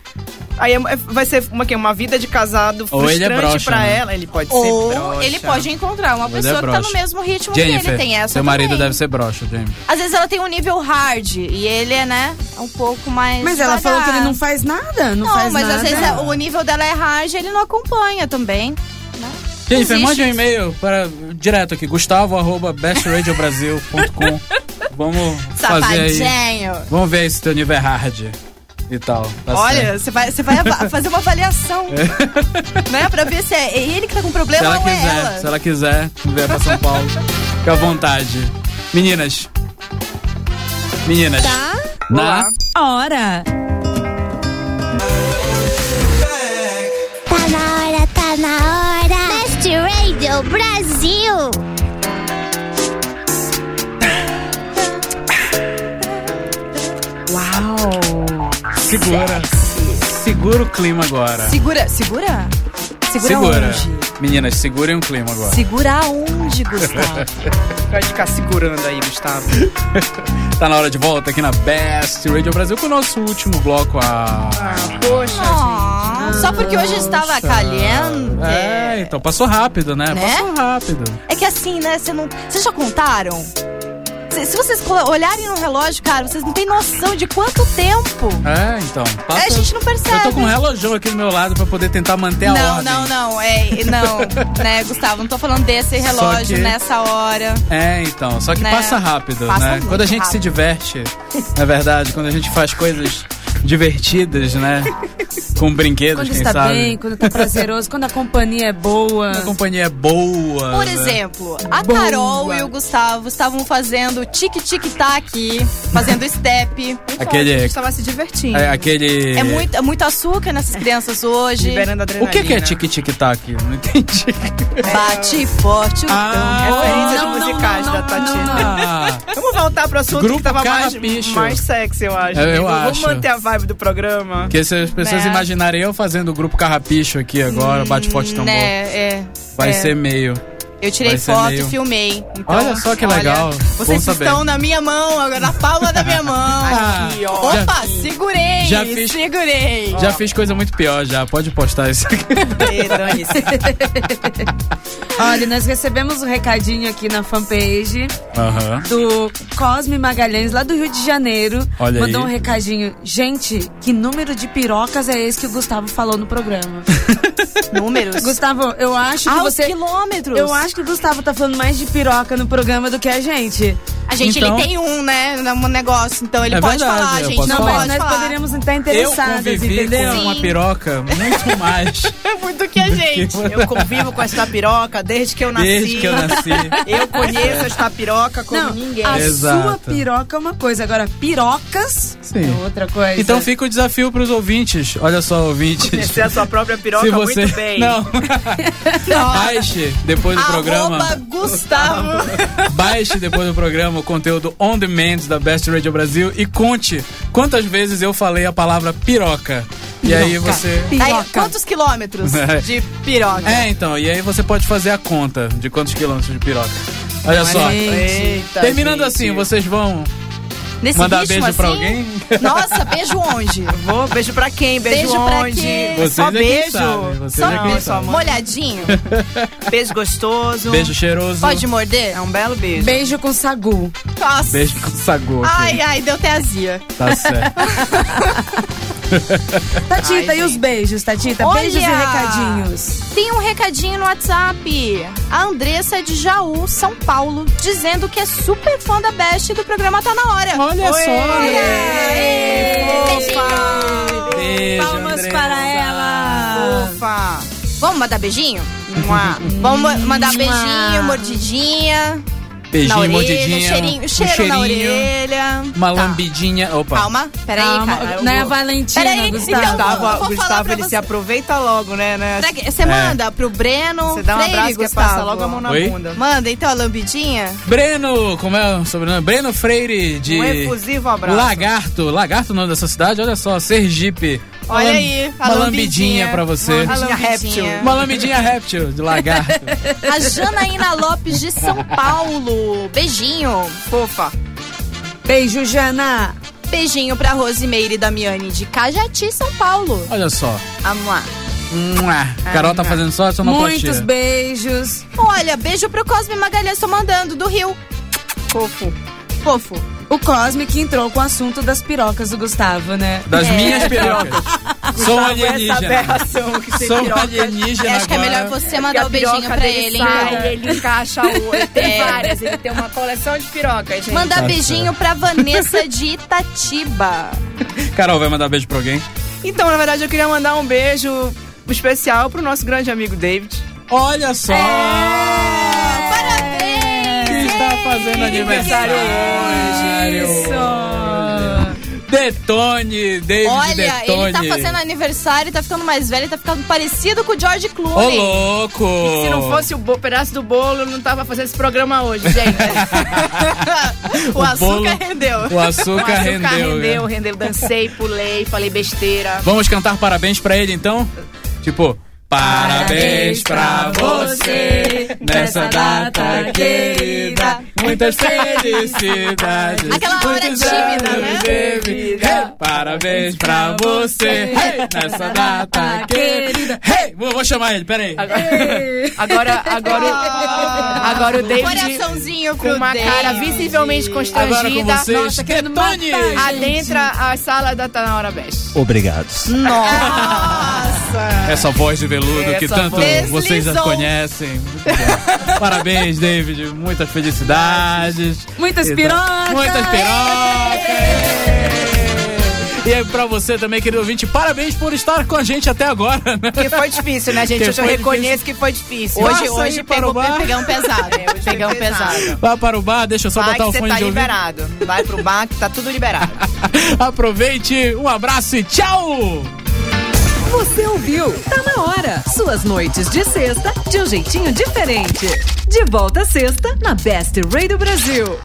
[SPEAKER 4] Aí é- é- vai ser uma, que, uma vida de casado
[SPEAKER 1] Ou ele é
[SPEAKER 4] frustrante
[SPEAKER 1] broxa,
[SPEAKER 4] pra
[SPEAKER 1] né?
[SPEAKER 4] ela. Ele pode
[SPEAKER 3] Ou
[SPEAKER 4] ser broxa.
[SPEAKER 3] ele pode encontrar uma
[SPEAKER 1] Mas é
[SPEAKER 3] pessoa que tá no
[SPEAKER 1] broxa.
[SPEAKER 3] mesmo ritmo que
[SPEAKER 1] Jennifer,
[SPEAKER 3] ele. Tem essa
[SPEAKER 1] seu marido
[SPEAKER 3] também.
[SPEAKER 1] deve ser broxa, Jennifer.
[SPEAKER 3] Às vezes ela tem um nível hard e ele é, né, um pouco mais.
[SPEAKER 2] Mas ela falou que ele
[SPEAKER 3] devagar.
[SPEAKER 2] não faz nada, não,
[SPEAKER 3] Não,
[SPEAKER 2] faz
[SPEAKER 3] mas
[SPEAKER 2] nada.
[SPEAKER 3] às vezes é- o nível dela é hard e ele não acompanha também.
[SPEAKER 1] Jennifer,
[SPEAKER 3] Existe
[SPEAKER 1] mande um
[SPEAKER 3] isso.
[SPEAKER 1] e-mail para direto aqui, gustavo arroba bestradiobrasil.com. Vamos fazer aí.
[SPEAKER 3] Safadinho.
[SPEAKER 1] Vamos ver aí se teu nível é hard e tal. Tá certo.
[SPEAKER 3] Olha, você vai, você vai ava- fazer uma avaliação. né? Pra ver se é ele que tá com
[SPEAKER 1] se
[SPEAKER 3] problema
[SPEAKER 1] ela
[SPEAKER 3] ou
[SPEAKER 1] quiser,
[SPEAKER 3] é ela.
[SPEAKER 1] se ela quiser, vier pra São Paulo, fica à vontade. Meninas. Meninas. Tá? Na
[SPEAKER 2] Hora.
[SPEAKER 6] Tá na hora, tá na hora. Best Radio Brasil.
[SPEAKER 1] segura. Segura o clima agora.
[SPEAKER 3] Segura, segura? Segura,
[SPEAKER 1] Segura.
[SPEAKER 3] onde?
[SPEAKER 1] Meninas, segurem o clima agora.
[SPEAKER 3] Segura onde, Gustavo?
[SPEAKER 4] Pode ficar segurando aí, Gustavo.
[SPEAKER 1] Tá na hora de volta aqui na Best Radio Brasil com o nosso último bloco. Ah,
[SPEAKER 4] Poxa.
[SPEAKER 3] Aw, Só porque hoje estava caliente.
[SPEAKER 1] É, então passou rápido, né?
[SPEAKER 3] Né?
[SPEAKER 1] Passou rápido.
[SPEAKER 3] É que assim, né? Você não. Vocês já contaram? Se, se vocês colo- olharem no relógio, cara, vocês não têm noção de quanto tempo.
[SPEAKER 1] É, então.
[SPEAKER 3] É,
[SPEAKER 1] Passa...
[SPEAKER 3] a gente não percebe.
[SPEAKER 1] Eu tô com um relógio aqui do meu lado pra poder tentar manter a
[SPEAKER 3] né? não,
[SPEAKER 1] ordem.
[SPEAKER 3] não, não, é, e não, né, Gustavo? Não tô falando desse relógio
[SPEAKER 1] que-
[SPEAKER 3] nessa hora.
[SPEAKER 1] É, então. Só que
[SPEAKER 3] Né?
[SPEAKER 1] passa rápido,
[SPEAKER 3] Passa
[SPEAKER 1] né?
[SPEAKER 3] muito
[SPEAKER 1] Quando a gente se
[SPEAKER 3] rápido.
[SPEAKER 1] diverte, na verdade, quando a gente faz coisas divertidas, né? Com brinquedos,
[SPEAKER 2] Quando
[SPEAKER 1] quem
[SPEAKER 2] está
[SPEAKER 1] sabe.
[SPEAKER 2] bem, quando tá prazeroso, quando a companhia é boa.
[SPEAKER 1] Quando a companhia é boa.
[SPEAKER 3] Por
[SPEAKER 1] né?
[SPEAKER 3] exemplo, a Carol e o Gustavo estavam fazendo tique-tique-tac, fazendo step.
[SPEAKER 1] Aquele-
[SPEAKER 4] A gente tava se divertindo.
[SPEAKER 1] É, aquele.
[SPEAKER 3] É muito, é muito açúcar nessas crianças hoje.
[SPEAKER 4] Liberando
[SPEAKER 1] O
[SPEAKER 4] adrenalina.
[SPEAKER 1] que, que é tique-tic-tac? Não entendi.
[SPEAKER 3] Bate forte o
[SPEAKER 1] Ah,
[SPEAKER 4] Referência
[SPEAKER 2] Não,
[SPEAKER 4] de
[SPEAKER 2] não,
[SPEAKER 4] musicais
[SPEAKER 2] não,
[SPEAKER 4] da
[SPEAKER 2] não,
[SPEAKER 4] Tatina.
[SPEAKER 1] Ah,
[SPEAKER 4] Vamos voltar pro assunto
[SPEAKER 1] Grupo
[SPEAKER 4] que tava mais,
[SPEAKER 1] Carrapicho.
[SPEAKER 4] mais sexy, eu acho.
[SPEAKER 1] Eu- eu
[SPEAKER 4] Vamos
[SPEAKER 1] acho.
[SPEAKER 4] manter a vibe do programa.
[SPEAKER 1] Porque se as pessoas
[SPEAKER 3] Né? Hum,
[SPEAKER 1] imaginarem eu fazendo o grupo Carrapicho aqui agora, bate forte tambor,
[SPEAKER 3] Né, é.
[SPEAKER 1] vai
[SPEAKER 3] é.
[SPEAKER 1] ser meio.
[SPEAKER 3] Eu tirei
[SPEAKER 1] vai ser
[SPEAKER 3] foto
[SPEAKER 1] meio-
[SPEAKER 3] e filmei. Então,
[SPEAKER 1] olha só que
[SPEAKER 3] olha,
[SPEAKER 1] legal. Bom
[SPEAKER 3] Vocês
[SPEAKER 1] saber.
[SPEAKER 3] estão na minha mão, agora na palma da minha mão.
[SPEAKER 1] Ah,
[SPEAKER 4] Aqui, ó.
[SPEAKER 1] já-
[SPEAKER 3] Opa, segurei,
[SPEAKER 1] já fiz-
[SPEAKER 3] segurei.
[SPEAKER 1] Já fiz coisa muito pior já. Pode postar isso aqui.
[SPEAKER 4] Ei, dane-se.
[SPEAKER 1] é
[SPEAKER 2] Olha, nós recebemos um recadinho aqui na fanpage
[SPEAKER 1] Aham.
[SPEAKER 2] do Cosme Magalhães, lá do Rio de Janeiro.
[SPEAKER 1] Olha
[SPEAKER 2] mandou
[SPEAKER 1] aí.
[SPEAKER 2] um recadinho. Gente, que número de pirocas é esse que o Gustavo falou no programa?
[SPEAKER 3] Números.
[SPEAKER 2] Gustavo, eu acho que
[SPEAKER 3] Aos
[SPEAKER 2] você.
[SPEAKER 3] quilômetros.
[SPEAKER 2] Eu acho acho que o Gustavo tá falando mais de piroca no programa do que a gente.
[SPEAKER 3] A gente,
[SPEAKER 1] Então-
[SPEAKER 3] ele tem um, né? Um negócio, então ele
[SPEAKER 1] É
[SPEAKER 3] pode
[SPEAKER 1] verdade,
[SPEAKER 3] falar,
[SPEAKER 1] eu
[SPEAKER 3] gente.
[SPEAKER 1] posso
[SPEAKER 3] Não,
[SPEAKER 2] Não,
[SPEAKER 1] falar.
[SPEAKER 2] mas nós
[SPEAKER 3] pode falar.
[SPEAKER 2] poderíamos estar
[SPEAKER 1] Eu
[SPEAKER 2] interessadas,
[SPEAKER 1] convivi
[SPEAKER 2] entendeu?
[SPEAKER 1] com uma
[SPEAKER 3] Sim.
[SPEAKER 1] piroca muito mais
[SPEAKER 3] É muito que a gente.
[SPEAKER 4] Eu convivo com essa piroca desde
[SPEAKER 3] Ah,
[SPEAKER 4] que eu nasci.
[SPEAKER 1] desde que eu nasci.
[SPEAKER 4] Eu conheço esta piroca como
[SPEAKER 2] Não,
[SPEAKER 4] ninguém.
[SPEAKER 2] a sua
[SPEAKER 1] Exato.
[SPEAKER 2] piroca é uma coisa, agora pirocas
[SPEAKER 1] Sim.
[SPEAKER 2] é outra coisa.
[SPEAKER 1] Então fica o desafio pros ouvintes. Olha só, ouvintes.
[SPEAKER 4] Conhecer é a sua própria piroca
[SPEAKER 1] Se você.
[SPEAKER 4] muito bem.
[SPEAKER 1] Não. Baixe depois do
[SPEAKER 3] Arroba
[SPEAKER 1] programa.
[SPEAKER 3] Gustavo.
[SPEAKER 1] Baixe depois do programa o conteúdo on demand da Best Radio Brasil e conte quantas vezes eu falei a palavra piroca. E aí você.
[SPEAKER 3] Aí, quantos quilômetros de piroca?
[SPEAKER 1] É, então, e aí você pode fazer a conta de quantos quilômetros de piroca. Olha só.
[SPEAKER 4] Eita,
[SPEAKER 1] Terminando
[SPEAKER 4] gente.
[SPEAKER 1] assim, vocês vão
[SPEAKER 3] Nesse
[SPEAKER 1] mandar
[SPEAKER 3] ritmo
[SPEAKER 1] beijo pra
[SPEAKER 3] assim?
[SPEAKER 1] alguém?
[SPEAKER 3] Nossa, beijo onde?
[SPEAKER 4] Vou, beijo pra quem? Beijo,
[SPEAKER 3] Beijo pra
[SPEAKER 4] onde?
[SPEAKER 3] quem?
[SPEAKER 1] Vocês
[SPEAKER 4] Só
[SPEAKER 1] é quem
[SPEAKER 4] beijo.
[SPEAKER 1] sabe, vocês
[SPEAKER 4] Só
[SPEAKER 1] é quem
[SPEAKER 4] beijo.
[SPEAKER 1] sabe.
[SPEAKER 3] Molhadinho?
[SPEAKER 4] Beijo gostoso.
[SPEAKER 1] Beijo cheiroso.
[SPEAKER 3] Pode morder?
[SPEAKER 4] É um belo beijo.
[SPEAKER 2] Beijo com sagu.
[SPEAKER 3] Nossa.
[SPEAKER 1] Beijo com sagor.
[SPEAKER 3] Ai, ai, deu até azia.
[SPEAKER 1] Tá certo.
[SPEAKER 2] Tatita,
[SPEAKER 3] Ai,
[SPEAKER 2] e os beijos, Tatita?
[SPEAKER 3] Olha!
[SPEAKER 2] Beijos e recadinhos.
[SPEAKER 3] Tem um recadinho no WhatsApp. A Andressa é de Jaú, São Paulo, dizendo que é super fã da Best e do programa Tá Na Hora.
[SPEAKER 1] Olha
[SPEAKER 3] Beijinho.
[SPEAKER 1] só. Beijo,
[SPEAKER 2] Palmas
[SPEAKER 1] Andressa.
[SPEAKER 2] para ela.
[SPEAKER 4] Ufa.
[SPEAKER 3] Vamos mandar beijinho? Mua. Vamos ma- mandar beijinho, mordidinha, na
[SPEAKER 1] Beijinho,
[SPEAKER 3] orelha,
[SPEAKER 1] mordidinha.
[SPEAKER 3] cheirinho,
[SPEAKER 1] um
[SPEAKER 3] cheiro na
[SPEAKER 1] cheirinho,
[SPEAKER 3] orelha.
[SPEAKER 1] Uma
[SPEAKER 3] Tá.
[SPEAKER 1] lambidinha. Opa.
[SPEAKER 3] Calma, peraí,
[SPEAKER 2] Calma,
[SPEAKER 3] cara. Né,
[SPEAKER 2] não é a
[SPEAKER 3] Eu vou-
[SPEAKER 2] Valentina,
[SPEAKER 3] Peraí,
[SPEAKER 2] Gustavo.
[SPEAKER 3] então,
[SPEAKER 4] Gustavo,
[SPEAKER 3] Eu vou
[SPEAKER 4] o
[SPEAKER 3] falar pra
[SPEAKER 4] Gustavo, ele
[SPEAKER 3] você.
[SPEAKER 4] se aproveita logo, né? né?
[SPEAKER 3] Será que- Você
[SPEAKER 1] É.
[SPEAKER 3] manda pro Breno.
[SPEAKER 4] Você dá um
[SPEAKER 3] Freire,
[SPEAKER 4] abraço que
[SPEAKER 3] Gustavo.
[SPEAKER 4] passa logo a mão na
[SPEAKER 1] Oi?
[SPEAKER 4] bunda.
[SPEAKER 3] Manda então a lambidinha.
[SPEAKER 1] Breno, como é o sobrenome? Breno Freire de.
[SPEAKER 4] Um efusivo abraço.
[SPEAKER 1] Lagarto, Lagarto é o nome dessa cidade, olha só, Sergipe. Uma
[SPEAKER 3] Olha
[SPEAKER 1] lam-
[SPEAKER 3] aí, a
[SPEAKER 1] uma
[SPEAKER 3] lambidinha.
[SPEAKER 1] lambidinha pra você.
[SPEAKER 3] Uma
[SPEAKER 4] Tinha réptil.
[SPEAKER 3] lambidinha.
[SPEAKER 1] Uma lambidinha réptil de lagarto.
[SPEAKER 3] A Janaína Lopes de São Paulo. Beijinho.
[SPEAKER 4] Fofa.
[SPEAKER 2] Beijo, Jana.
[SPEAKER 3] Beijinho pra Rosimeire e Damiani de Cajati, São Paulo.
[SPEAKER 1] Olha só.
[SPEAKER 3] Vamos lá.
[SPEAKER 1] Mua. Carol tá fazendo só a sonoplastia.
[SPEAKER 2] Muitos beijos.
[SPEAKER 3] Olha, beijo pro Cosme Magalhães, tô mandando, do Rio.
[SPEAKER 4] Fofo.
[SPEAKER 3] Fofo.
[SPEAKER 2] O Cosme que entrou com o assunto das pirocas do Gustavo, né?
[SPEAKER 1] Das minhas pirocas. Sou um
[SPEAKER 4] Essa
[SPEAKER 1] alienígena.
[SPEAKER 4] aberração que tem
[SPEAKER 1] Sou um
[SPEAKER 4] piroca.
[SPEAKER 1] alienígena
[SPEAKER 3] Eu acho que é
[SPEAKER 1] agora.
[SPEAKER 3] melhor você mandar o beijinho pra ele, então.
[SPEAKER 9] sai, ele encaixa o. Ele tem
[SPEAKER 3] É.
[SPEAKER 9] várias, ele tem uma coleção de pirocas, gente.
[SPEAKER 3] Mandar
[SPEAKER 1] Tá
[SPEAKER 3] beijinho pra Vanessa de Itatiba.
[SPEAKER 1] Carol vai mandar beijo pra alguém.
[SPEAKER 4] Então, na verdade, eu queria mandar um beijo especial pro nosso grande amigo David.
[SPEAKER 1] Olha só!
[SPEAKER 3] Parabéns!
[SPEAKER 1] Que está fazendo aniversário hoje! Detone, David
[SPEAKER 3] Olha,
[SPEAKER 1] Detone.
[SPEAKER 3] ele tá fazendo aniversário, tá ficando mais velho, tá ficando parecido com o George
[SPEAKER 1] Ô,
[SPEAKER 3] Clooney.
[SPEAKER 1] louco!
[SPEAKER 9] Se
[SPEAKER 1] Oh.
[SPEAKER 9] não fosse o bo- pedaço do bolo, eu não tava fazendo esse programa hoje, gente.
[SPEAKER 3] o, açúcar
[SPEAKER 1] bolo-
[SPEAKER 3] rendeu.
[SPEAKER 1] O açúcar,
[SPEAKER 9] Açúcar
[SPEAKER 1] rendeu. né?
[SPEAKER 9] rendeu, rendeu, dancei, pulei, falei besteira.
[SPEAKER 1] Vamos cantar parabéns pra ele então? Tipo, parabéns pra você nessa data querida. Muitas felicidades.
[SPEAKER 3] Aquela hora
[SPEAKER 1] muitos
[SPEAKER 3] tímida,
[SPEAKER 1] anos
[SPEAKER 3] né?
[SPEAKER 1] de vida. Hey, Parabéns pra você hey, nessa data querida. Hey, vou, vou chamar ele, peraí.
[SPEAKER 9] Agora, agora, o-
[SPEAKER 4] Ah.
[SPEAKER 9] agora o David
[SPEAKER 3] Coraçãozinho
[SPEAKER 9] com
[SPEAKER 3] pro
[SPEAKER 9] uma
[SPEAKER 3] David.
[SPEAKER 9] cara visivelmente
[SPEAKER 1] Agora com
[SPEAKER 9] constrangida
[SPEAKER 1] vocês, Detone!
[SPEAKER 9] adentra a sala da Tá na Hora Best.
[SPEAKER 5] Obrigados.
[SPEAKER 1] Essa voz de veludo que
[SPEAKER 4] Essa
[SPEAKER 1] tanto
[SPEAKER 3] voz.
[SPEAKER 1] vocês já
[SPEAKER 3] Deslizou.
[SPEAKER 1] conhecem. Muito bom. Parabéns, David. Muitas felicidades.
[SPEAKER 2] Muitas
[SPEAKER 1] Exato.
[SPEAKER 2] pirocas.
[SPEAKER 1] Muitas pirocas! E aí, pra você também, querido ouvinte, parabéns por estar com a gente até agora. né?
[SPEAKER 4] Que foi difícil, né, gente?
[SPEAKER 1] Que
[SPEAKER 4] Hoje eu
[SPEAKER 1] foi
[SPEAKER 4] reconheço que foi difícil.
[SPEAKER 1] Passa
[SPEAKER 3] Hoje,
[SPEAKER 1] aí
[SPEAKER 3] hoje
[SPEAKER 1] para o
[SPEAKER 3] pegou,
[SPEAKER 1] bar.
[SPEAKER 3] pegamos pesado.
[SPEAKER 4] É, hoje foi
[SPEAKER 3] pegamos
[SPEAKER 4] um pesado.
[SPEAKER 3] pesado.
[SPEAKER 1] Vá para o bar, deixa eu só
[SPEAKER 4] Vai
[SPEAKER 1] botar
[SPEAKER 4] que
[SPEAKER 1] o
[SPEAKER 4] você
[SPEAKER 1] fone
[SPEAKER 4] tá
[SPEAKER 1] de ouvido.
[SPEAKER 4] liberado. Vai pro bar que tá tudo liberado.
[SPEAKER 1] Aproveite, um abraço e tchau!
[SPEAKER 10] Você ouviu? Tá na hora. Suas noites de sexta de um jeitinho diferente. De volta à sexta na Best Radio Brasil.